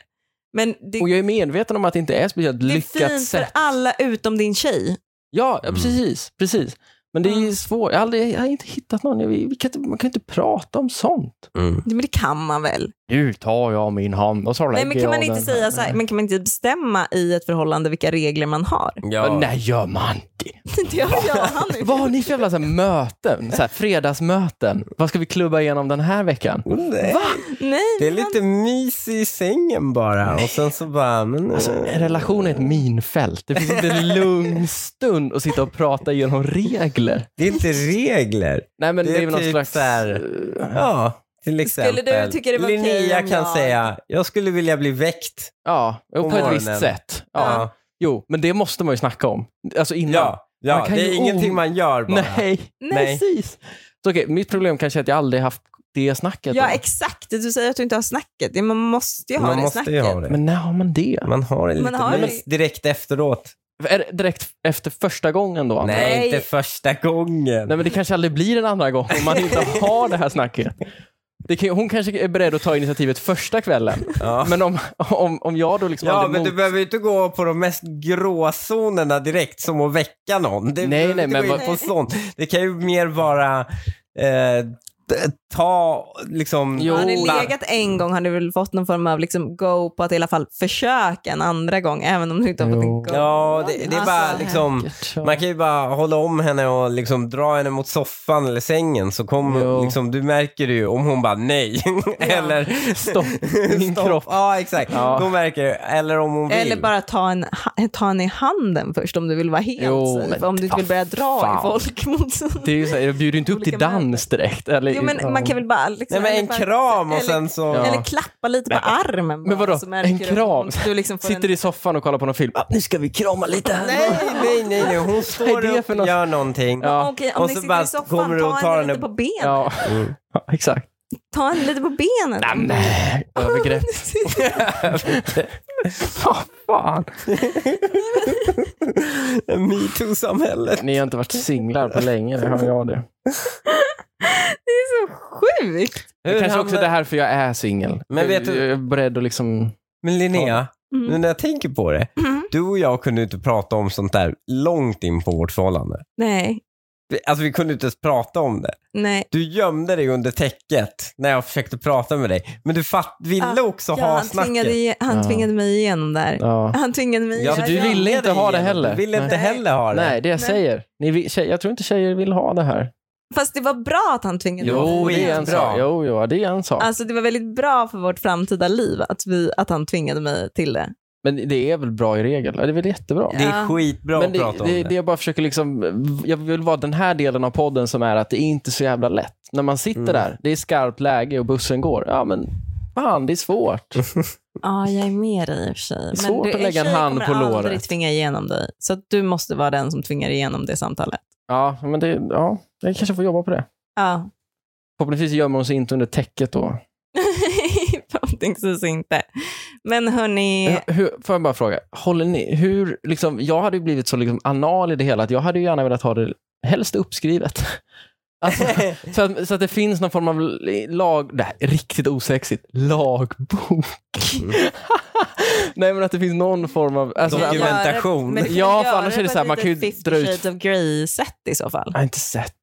Speaker 2: Men det,
Speaker 3: Och jag är medveten om att det inte är speciellt
Speaker 2: det är
Speaker 3: lyckat
Speaker 2: fint
Speaker 3: sätt.
Speaker 2: för alla utom din tjej.
Speaker 3: Ja, ja
Speaker 1: Mm.
Speaker 3: precis, precis. Men det är
Speaker 2: Mm.
Speaker 3: ju svårt. Jag, har aldrig, jag har inte hittat någon. Jag, vi kan inte, man kan inte prata om sånt.
Speaker 1: Mm.
Speaker 2: Men det kan man väl?
Speaker 3: Nu tar jag min hand och så
Speaker 2: Nej, men kan man inte säga så här, men kan man inte bestämma i ett förhållande vilka regler man har?
Speaker 1: Ja.
Speaker 3: Nej, gör man det?
Speaker 2: Det har jag och han nu.
Speaker 3: Vad har ni för jävla så här, möten? Så här, fredagsmöten? Vad ska vi klubba igenom den här veckan?
Speaker 1: Nej.
Speaker 2: Nej,
Speaker 1: Det är
Speaker 2: men-
Speaker 1: lite mys i sängen bara och sen så bara... Men, eh, nu-
Speaker 3: Alltså, en relation är ett minfält. Det finns inte en lugn stund att sitta och prata igenom regler.
Speaker 1: Det är inte regler.
Speaker 3: Nej, men
Speaker 1: Det
Speaker 3: det,
Speaker 1: är
Speaker 3: är väl någon
Speaker 1: typ
Speaker 3: slags... eh,
Speaker 1: så här- Ja, till exempel.
Speaker 2: du tycka det var okej
Speaker 1: Linnea
Speaker 2: om
Speaker 1: kan
Speaker 2: jag-
Speaker 1: säga, jag skulle vilja bli väckt.
Speaker 3: Ja, och på
Speaker 1: På
Speaker 3: ett visst
Speaker 1: morgonen.
Speaker 3: sätt. Ja.
Speaker 1: Ja,
Speaker 3: Jo, men det måste man ju snacka om. Alltså innan.
Speaker 1: ja,
Speaker 3: Man
Speaker 1: ja.
Speaker 3: kan
Speaker 1: det är
Speaker 3: ju
Speaker 1: ingenting
Speaker 3: o-
Speaker 1: man gör bara.
Speaker 3: Nej,
Speaker 1: Nej.
Speaker 3: precis. Så, okej, mitt problem kanske är att jag aldrig haft det snacket.
Speaker 2: Ja,
Speaker 3: då.
Speaker 2: exakt. Du säger att du inte har snacket. Ja, Man måste ju ha
Speaker 1: man
Speaker 2: det
Speaker 1: måste
Speaker 2: snacket.
Speaker 1: ju ha det.
Speaker 3: men när har man det?
Speaker 1: Man har det
Speaker 2: Man
Speaker 1: lite
Speaker 2: har
Speaker 1: men
Speaker 2: det.
Speaker 1: direkt efteråt.
Speaker 3: Är det direkt efter första gången då? antar jag?
Speaker 1: Nej,
Speaker 2: Nej.
Speaker 1: inte första gången.
Speaker 3: Nej, men det kanske aldrig blir en andra gång om man inte har det här snacket. Det kan, ju- hon kanske är beredd att ta initiativet första kvällen.
Speaker 1: ja.
Speaker 3: Men om, om, om jag då liksom
Speaker 1: Ja,
Speaker 3: aldrig
Speaker 1: men du
Speaker 3: mot-
Speaker 1: behöver ju inte gå på de mest gråzonerna direkt, som att väcka någon. Det
Speaker 3: Nej,
Speaker 1: behöver
Speaker 3: nej,
Speaker 1: inte
Speaker 3: men
Speaker 1: gå
Speaker 3: vad-
Speaker 1: in på sånt. Det kan ju mer vara eh, d- ta, liksom...
Speaker 3: Jo.
Speaker 2: har ni
Speaker 3: va?
Speaker 2: legat en gång har ni väl fått någon form av liksom go på att i alla fall försöka en andra gång, även om du inte har fått en
Speaker 3: Jo.
Speaker 2: go.
Speaker 1: Ja, det, det är bara
Speaker 2: Alltså,
Speaker 1: liksom... Man kan ju bara hålla om henne och liksom dra henne mot soffan eller sängen så kommer
Speaker 3: Jo.
Speaker 1: liksom, du märker det ju om hon bara nej. eller
Speaker 3: Stopp min
Speaker 1: Stopp.
Speaker 3: kropp.
Speaker 1: Ja exakt,
Speaker 3: Ja.
Speaker 1: då märker du. Eller om hon vill.
Speaker 2: Eller bara ta en, ha- ta en i handen först om du vill vara helt
Speaker 3: Jo,
Speaker 2: safe.
Speaker 3: men
Speaker 2: Om du inte vill börja dra
Speaker 3: fan.
Speaker 2: i folk. Mot...
Speaker 3: Det är ju så här, jag bjuder inte upp
Speaker 2: Olika
Speaker 3: till dans direkt. Eller
Speaker 2: Jo, men man kan väl bara...
Speaker 1: Nej
Speaker 2: Liksom,
Speaker 1: men en
Speaker 2: bara-
Speaker 1: kram och
Speaker 2: eller-
Speaker 1: sen så...
Speaker 3: Ja.
Speaker 2: Eller klappa lite på armen. bara,
Speaker 3: Men vadå?
Speaker 2: så märker
Speaker 3: En
Speaker 2: du-
Speaker 3: kram?
Speaker 2: Du liksom får
Speaker 3: Sitter
Speaker 2: en...
Speaker 3: i soffan och kollar på någon film. Ah, nu ska vi krama lite här.
Speaker 1: Nej, nej, nej, nej. Hon
Speaker 3: Vad är
Speaker 1: står
Speaker 3: det
Speaker 1: upp
Speaker 3: för
Speaker 1: och
Speaker 3: något?
Speaker 1: gör någonting.
Speaker 3: Ja.
Speaker 2: Okej, om
Speaker 1: Och
Speaker 2: ni
Speaker 1: så
Speaker 2: sitter
Speaker 1: bara
Speaker 2: i soffan,
Speaker 1: kommer du och
Speaker 2: ta
Speaker 1: tar
Speaker 2: henne lite på
Speaker 1: henne-
Speaker 2: benen.
Speaker 3: Ja,
Speaker 1: Mm.
Speaker 3: ja, exakt.
Speaker 2: Ta henne lite på benen.
Speaker 3: Nej, nej. Övergrepp. Vad fan.
Speaker 1: Metoo-samhället.
Speaker 3: Ni har inte varit singlar på länge, det hör jag det.
Speaker 2: Det är så sjukt.
Speaker 3: Det kanske också är det här för jag är singel.
Speaker 1: Men vet du-
Speaker 3: Jag är beredd att liksom...
Speaker 1: Men Linnea,
Speaker 2: Mm.
Speaker 1: nu när jag tänker på det.
Speaker 2: Mm.
Speaker 1: Du och jag kunde inte prata om sånt där långt in på vårt förhållande.
Speaker 2: Nej,
Speaker 1: Vi- Alltså vi kunde inte ens prata om det.
Speaker 2: nej.
Speaker 1: Du gömde dig under täcket när jag försökte prata med dig. Men du fatt, ville
Speaker 2: Ja,
Speaker 1: också
Speaker 2: Ja,
Speaker 1: ha
Speaker 2: han
Speaker 1: snacket.
Speaker 2: tvingade, i- han
Speaker 3: Ja.
Speaker 2: tvingade mig igenom där.
Speaker 3: Ja.
Speaker 2: Han tvingade mig
Speaker 1: Ja,
Speaker 3: Så du
Speaker 2: igenom.
Speaker 3: ville inte
Speaker 1: tvingade
Speaker 3: ha det
Speaker 1: igenom.
Speaker 3: heller?
Speaker 1: Du ville inte
Speaker 2: Nej.
Speaker 1: heller ha det.
Speaker 3: Nej, det jag säger. Ni, vi- tjej, jag tror inte tjejer vill ha det här.
Speaker 2: Fast det var bra att han tvingade mig
Speaker 3: Jo, det är en
Speaker 1: skitbra.
Speaker 3: sak. Jo, jo, det är en sak.
Speaker 2: Alltså det var väldigt bra för vårt framtida liv att, vi, att han tvingade mig till det.
Speaker 3: Men det är väl bra i regel? Ja, Det är väl jättebra?
Speaker 1: Det är
Speaker 2: Ja.
Speaker 1: skitbra
Speaker 3: Men
Speaker 1: att
Speaker 3: det,
Speaker 1: prata om
Speaker 3: det,
Speaker 1: det.
Speaker 3: det jag bara försöker liksom, jag vill vara den här delen av podden som är att det är inte så jävla lätt. När man sitter
Speaker 1: Mm.
Speaker 3: där, det är skarpt läge och bussen går. Ja men fan, det är svårt.
Speaker 2: Ja, jag är med dig i och för sig. Men
Speaker 3: svårt
Speaker 2: du,
Speaker 3: att lägga en
Speaker 2: tjej
Speaker 3: hand på
Speaker 2: kommer aldrig
Speaker 3: låret.
Speaker 2: tvinga igenom dig. Så att du måste vara den som tvingar igenom det samtalet.
Speaker 3: Ja, men det, ja, jag kanske får jobba på det.
Speaker 2: Ja.
Speaker 3: Förhoppningsvis gömmer hon sig inte under täcket då.
Speaker 2: Förhoppningsvis inte. Men hörni,
Speaker 3: Eh, Hur, får jag bara fråga, håller ni, hur, liksom, jag hade ju blivit så liksom anal i det hela att jag hade ju gärna velat ha det helst uppskrivet. Alltså, så, att, så att det finns någon form av lag, det här är riktigt osexigt, lagbok.
Speaker 2: Mm.
Speaker 3: Nej men att det finns någon form av... Alltså,
Speaker 2: kan göra-
Speaker 1: Dokumentation.
Speaker 2: men du kan
Speaker 3: Ja, för
Speaker 2: göra
Speaker 3: annars är det
Speaker 2: på
Speaker 3: så här,
Speaker 2: ett
Speaker 3: man kan ju
Speaker 2: litet
Speaker 3: dra ut-
Speaker 2: 50 shades of grey-sätt i så fall.
Speaker 3: jag har inte sett.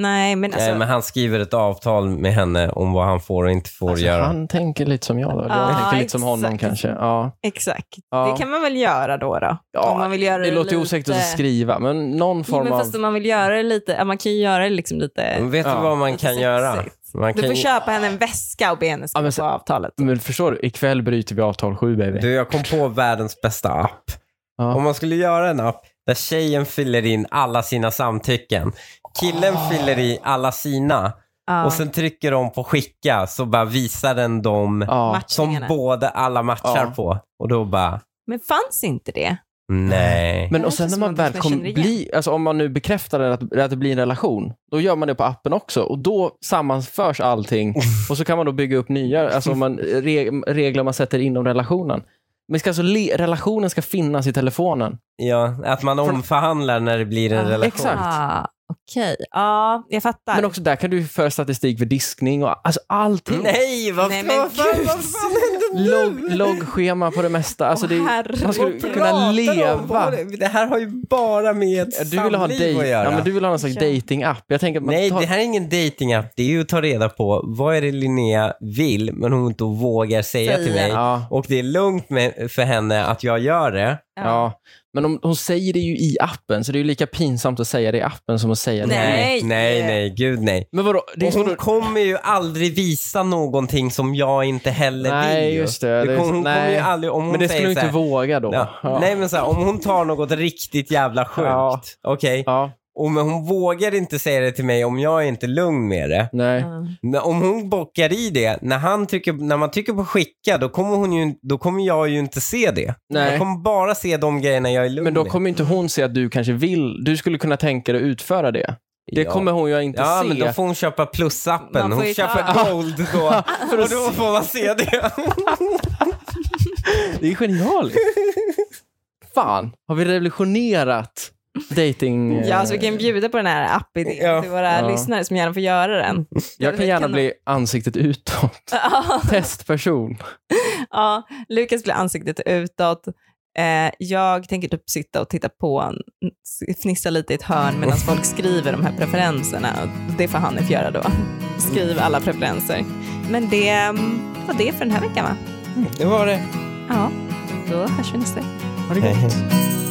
Speaker 2: Nej, men alltså...
Speaker 1: Nej, men han skriver ett avtal med henne om vad han får och inte får
Speaker 3: Alltså,
Speaker 1: göra.
Speaker 3: han tänker lite som jag då. Jag
Speaker 2: Ja,
Speaker 3: tänker lite som
Speaker 2: exakt.
Speaker 3: honom kanske. Ja.
Speaker 2: Exakt.
Speaker 3: Ja.
Speaker 2: Det kan man väl göra då. då
Speaker 3: Ja,
Speaker 2: om man vill göra
Speaker 3: Det låter
Speaker 2: lite...
Speaker 3: ju osäkert att skriva, men någon
Speaker 2: Jo,
Speaker 3: form
Speaker 2: men
Speaker 3: av... Mm,
Speaker 2: fast om man vill göra det lite, ja, man kan ju göra det liksom lite...
Speaker 1: Men Vet
Speaker 3: Ja.
Speaker 1: du vad man
Speaker 2: Lite
Speaker 1: kan
Speaker 2: sexigt.
Speaker 1: göra? Man
Speaker 2: Du
Speaker 1: kan
Speaker 2: får
Speaker 1: ju-
Speaker 2: köpa henne en väska och be henne
Speaker 3: Ja,
Speaker 2: skriva
Speaker 3: men Mm,
Speaker 2: på
Speaker 3: så-
Speaker 2: avtalet.
Speaker 3: Men förstår du, ikväll bryter vi avtal 7 baby.
Speaker 1: Du, jag kom på världens bästa app.
Speaker 3: Ja.
Speaker 1: Om man skulle göra en app där tjejen fyller in alla sina samtycken. Killen
Speaker 2: Ah.
Speaker 1: fyller i alla sina.
Speaker 2: Ja,
Speaker 1: Och sen trycker de på skicka så bara visar den dem
Speaker 3: ja.
Speaker 1: som
Speaker 2: matchningarna.
Speaker 1: båda alla matchar
Speaker 3: Ja.
Speaker 1: på. Och då bara,
Speaker 2: Men fanns inte det?
Speaker 1: nej.
Speaker 3: Men
Speaker 2: Det
Speaker 3: och sen
Speaker 2: låter
Speaker 3: när
Speaker 2: som
Speaker 3: man
Speaker 2: att man känner
Speaker 3: väl kommer
Speaker 2: igen.
Speaker 3: bli, alltså om man nu bekräftar att, att det blir en relation, då gör man det på appen också och då sammanförs allting och så kan man då bygga upp nya alltså om man, reg, regler man sätter inom relationen. Men ska alltså le, relationen ska finnas i telefonen.
Speaker 1: Ja, att man omförhandlar när det blir en
Speaker 2: Ah,
Speaker 1: relation.
Speaker 3: exakt.
Speaker 2: Ah, Okej, ja, jag fattar.
Speaker 3: Men också där kan du föra statistik för diskning och alltså allting.
Speaker 1: Nej, vad
Speaker 2: Nej,
Speaker 1: fan,
Speaker 2: men
Speaker 1: vad fan
Speaker 2: gud.
Speaker 1: händer nu?
Speaker 3: Logg- Loggschema på det mesta. Alltså
Speaker 2: Åh,
Speaker 3: det,
Speaker 2: herregud.
Speaker 3: man skulle
Speaker 2: Vad
Speaker 3: kunna leva.
Speaker 1: Det. det här har ju bara med
Speaker 3: Ja, Du vill ha,
Speaker 1: samliv
Speaker 3: dej-
Speaker 1: att göra.
Speaker 3: ja, men du vill ha någon slags
Speaker 2: Ja.
Speaker 3: dating-app. Jag tänker att man
Speaker 1: Nej,
Speaker 3: tar...
Speaker 1: det här är ingen datingapp. Det är ju att ta reda på vad är det Linnea vill, men hon inte vågar säga
Speaker 2: Säga.
Speaker 1: till mig.
Speaker 3: Ja.
Speaker 1: Och det är lugnt med, för henne att jag gör det.
Speaker 2: Ja.
Speaker 3: Ja, men om, hon säger det ju i appen, så det är ju lika pinsamt att säga det i appen som att säga det.
Speaker 2: Nej.
Speaker 1: nej, nej, gud nej.
Speaker 3: Men vadå? Det är
Speaker 1: Och hon
Speaker 3: så...
Speaker 1: kommer ju aldrig visa någonting som jag inte heller vill.
Speaker 3: Nej,
Speaker 1: ju.
Speaker 3: just det. det är...
Speaker 1: hon kommer
Speaker 3: nej.
Speaker 1: ju aldrig, om hon
Speaker 3: men det skulle
Speaker 1: säger
Speaker 3: du inte
Speaker 1: så här,
Speaker 3: våga då.
Speaker 1: Ja. Nej men så här, om hon tar något riktigt jävla sjukt,
Speaker 3: Ja.
Speaker 1: okej,
Speaker 3: Ja.
Speaker 1: och men hon vågar inte säga det till mig om jag är inte lugn med det.
Speaker 3: Nej.
Speaker 2: Ja.
Speaker 1: Men om hon bockar i det, när, han trycker, när man trycker på skicka, då kommer, hon ju, då kommer jag ju inte se det.
Speaker 3: Nej.
Speaker 1: Jag kommer bara se de grejerna jag är lugn
Speaker 3: Men då
Speaker 1: med.
Speaker 3: kommer ju inte hon se att du kanske vill, du skulle kunna tänka dig att utföra det. Det
Speaker 1: Ja.
Speaker 3: kommer hon ju inte
Speaker 1: Ja,
Speaker 3: se.
Speaker 1: men då får hon köpa
Speaker 2: Man
Speaker 1: plusappen.
Speaker 2: får ju
Speaker 1: Hon köper
Speaker 2: ta-
Speaker 1: gold då. Och då får man se det.
Speaker 3: Det är genialiskt. Fan, har vi revolutionerat dating... eh,
Speaker 1: alltså,
Speaker 2: Ja, så vi kan bjuda på den här app-idén
Speaker 1: Ja.
Speaker 2: till våra
Speaker 3: Ja.
Speaker 2: lyssnare som gärna får göra den.
Speaker 3: Jag kan
Speaker 2: vi
Speaker 3: gärna
Speaker 2: kan-
Speaker 3: bli ansiktet utåt.
Speaker 2: Ja,
Speaker 3: Testperson.
Speaker 2: ja, Lukas blir ansiktet utåt. Eh, jag tänker typ sitta och titta på, en- fnissa lite i ett hörn medan folk skriver de här preferenserna. Det får Hanif göra då. Skriv alla preferenser. Men det mm, var det för den här veckan va?
Speaker 1: Det var det.
Speaker 2: Ja, då hörs vi nästa vecka.
Speaker 3: Har det gått?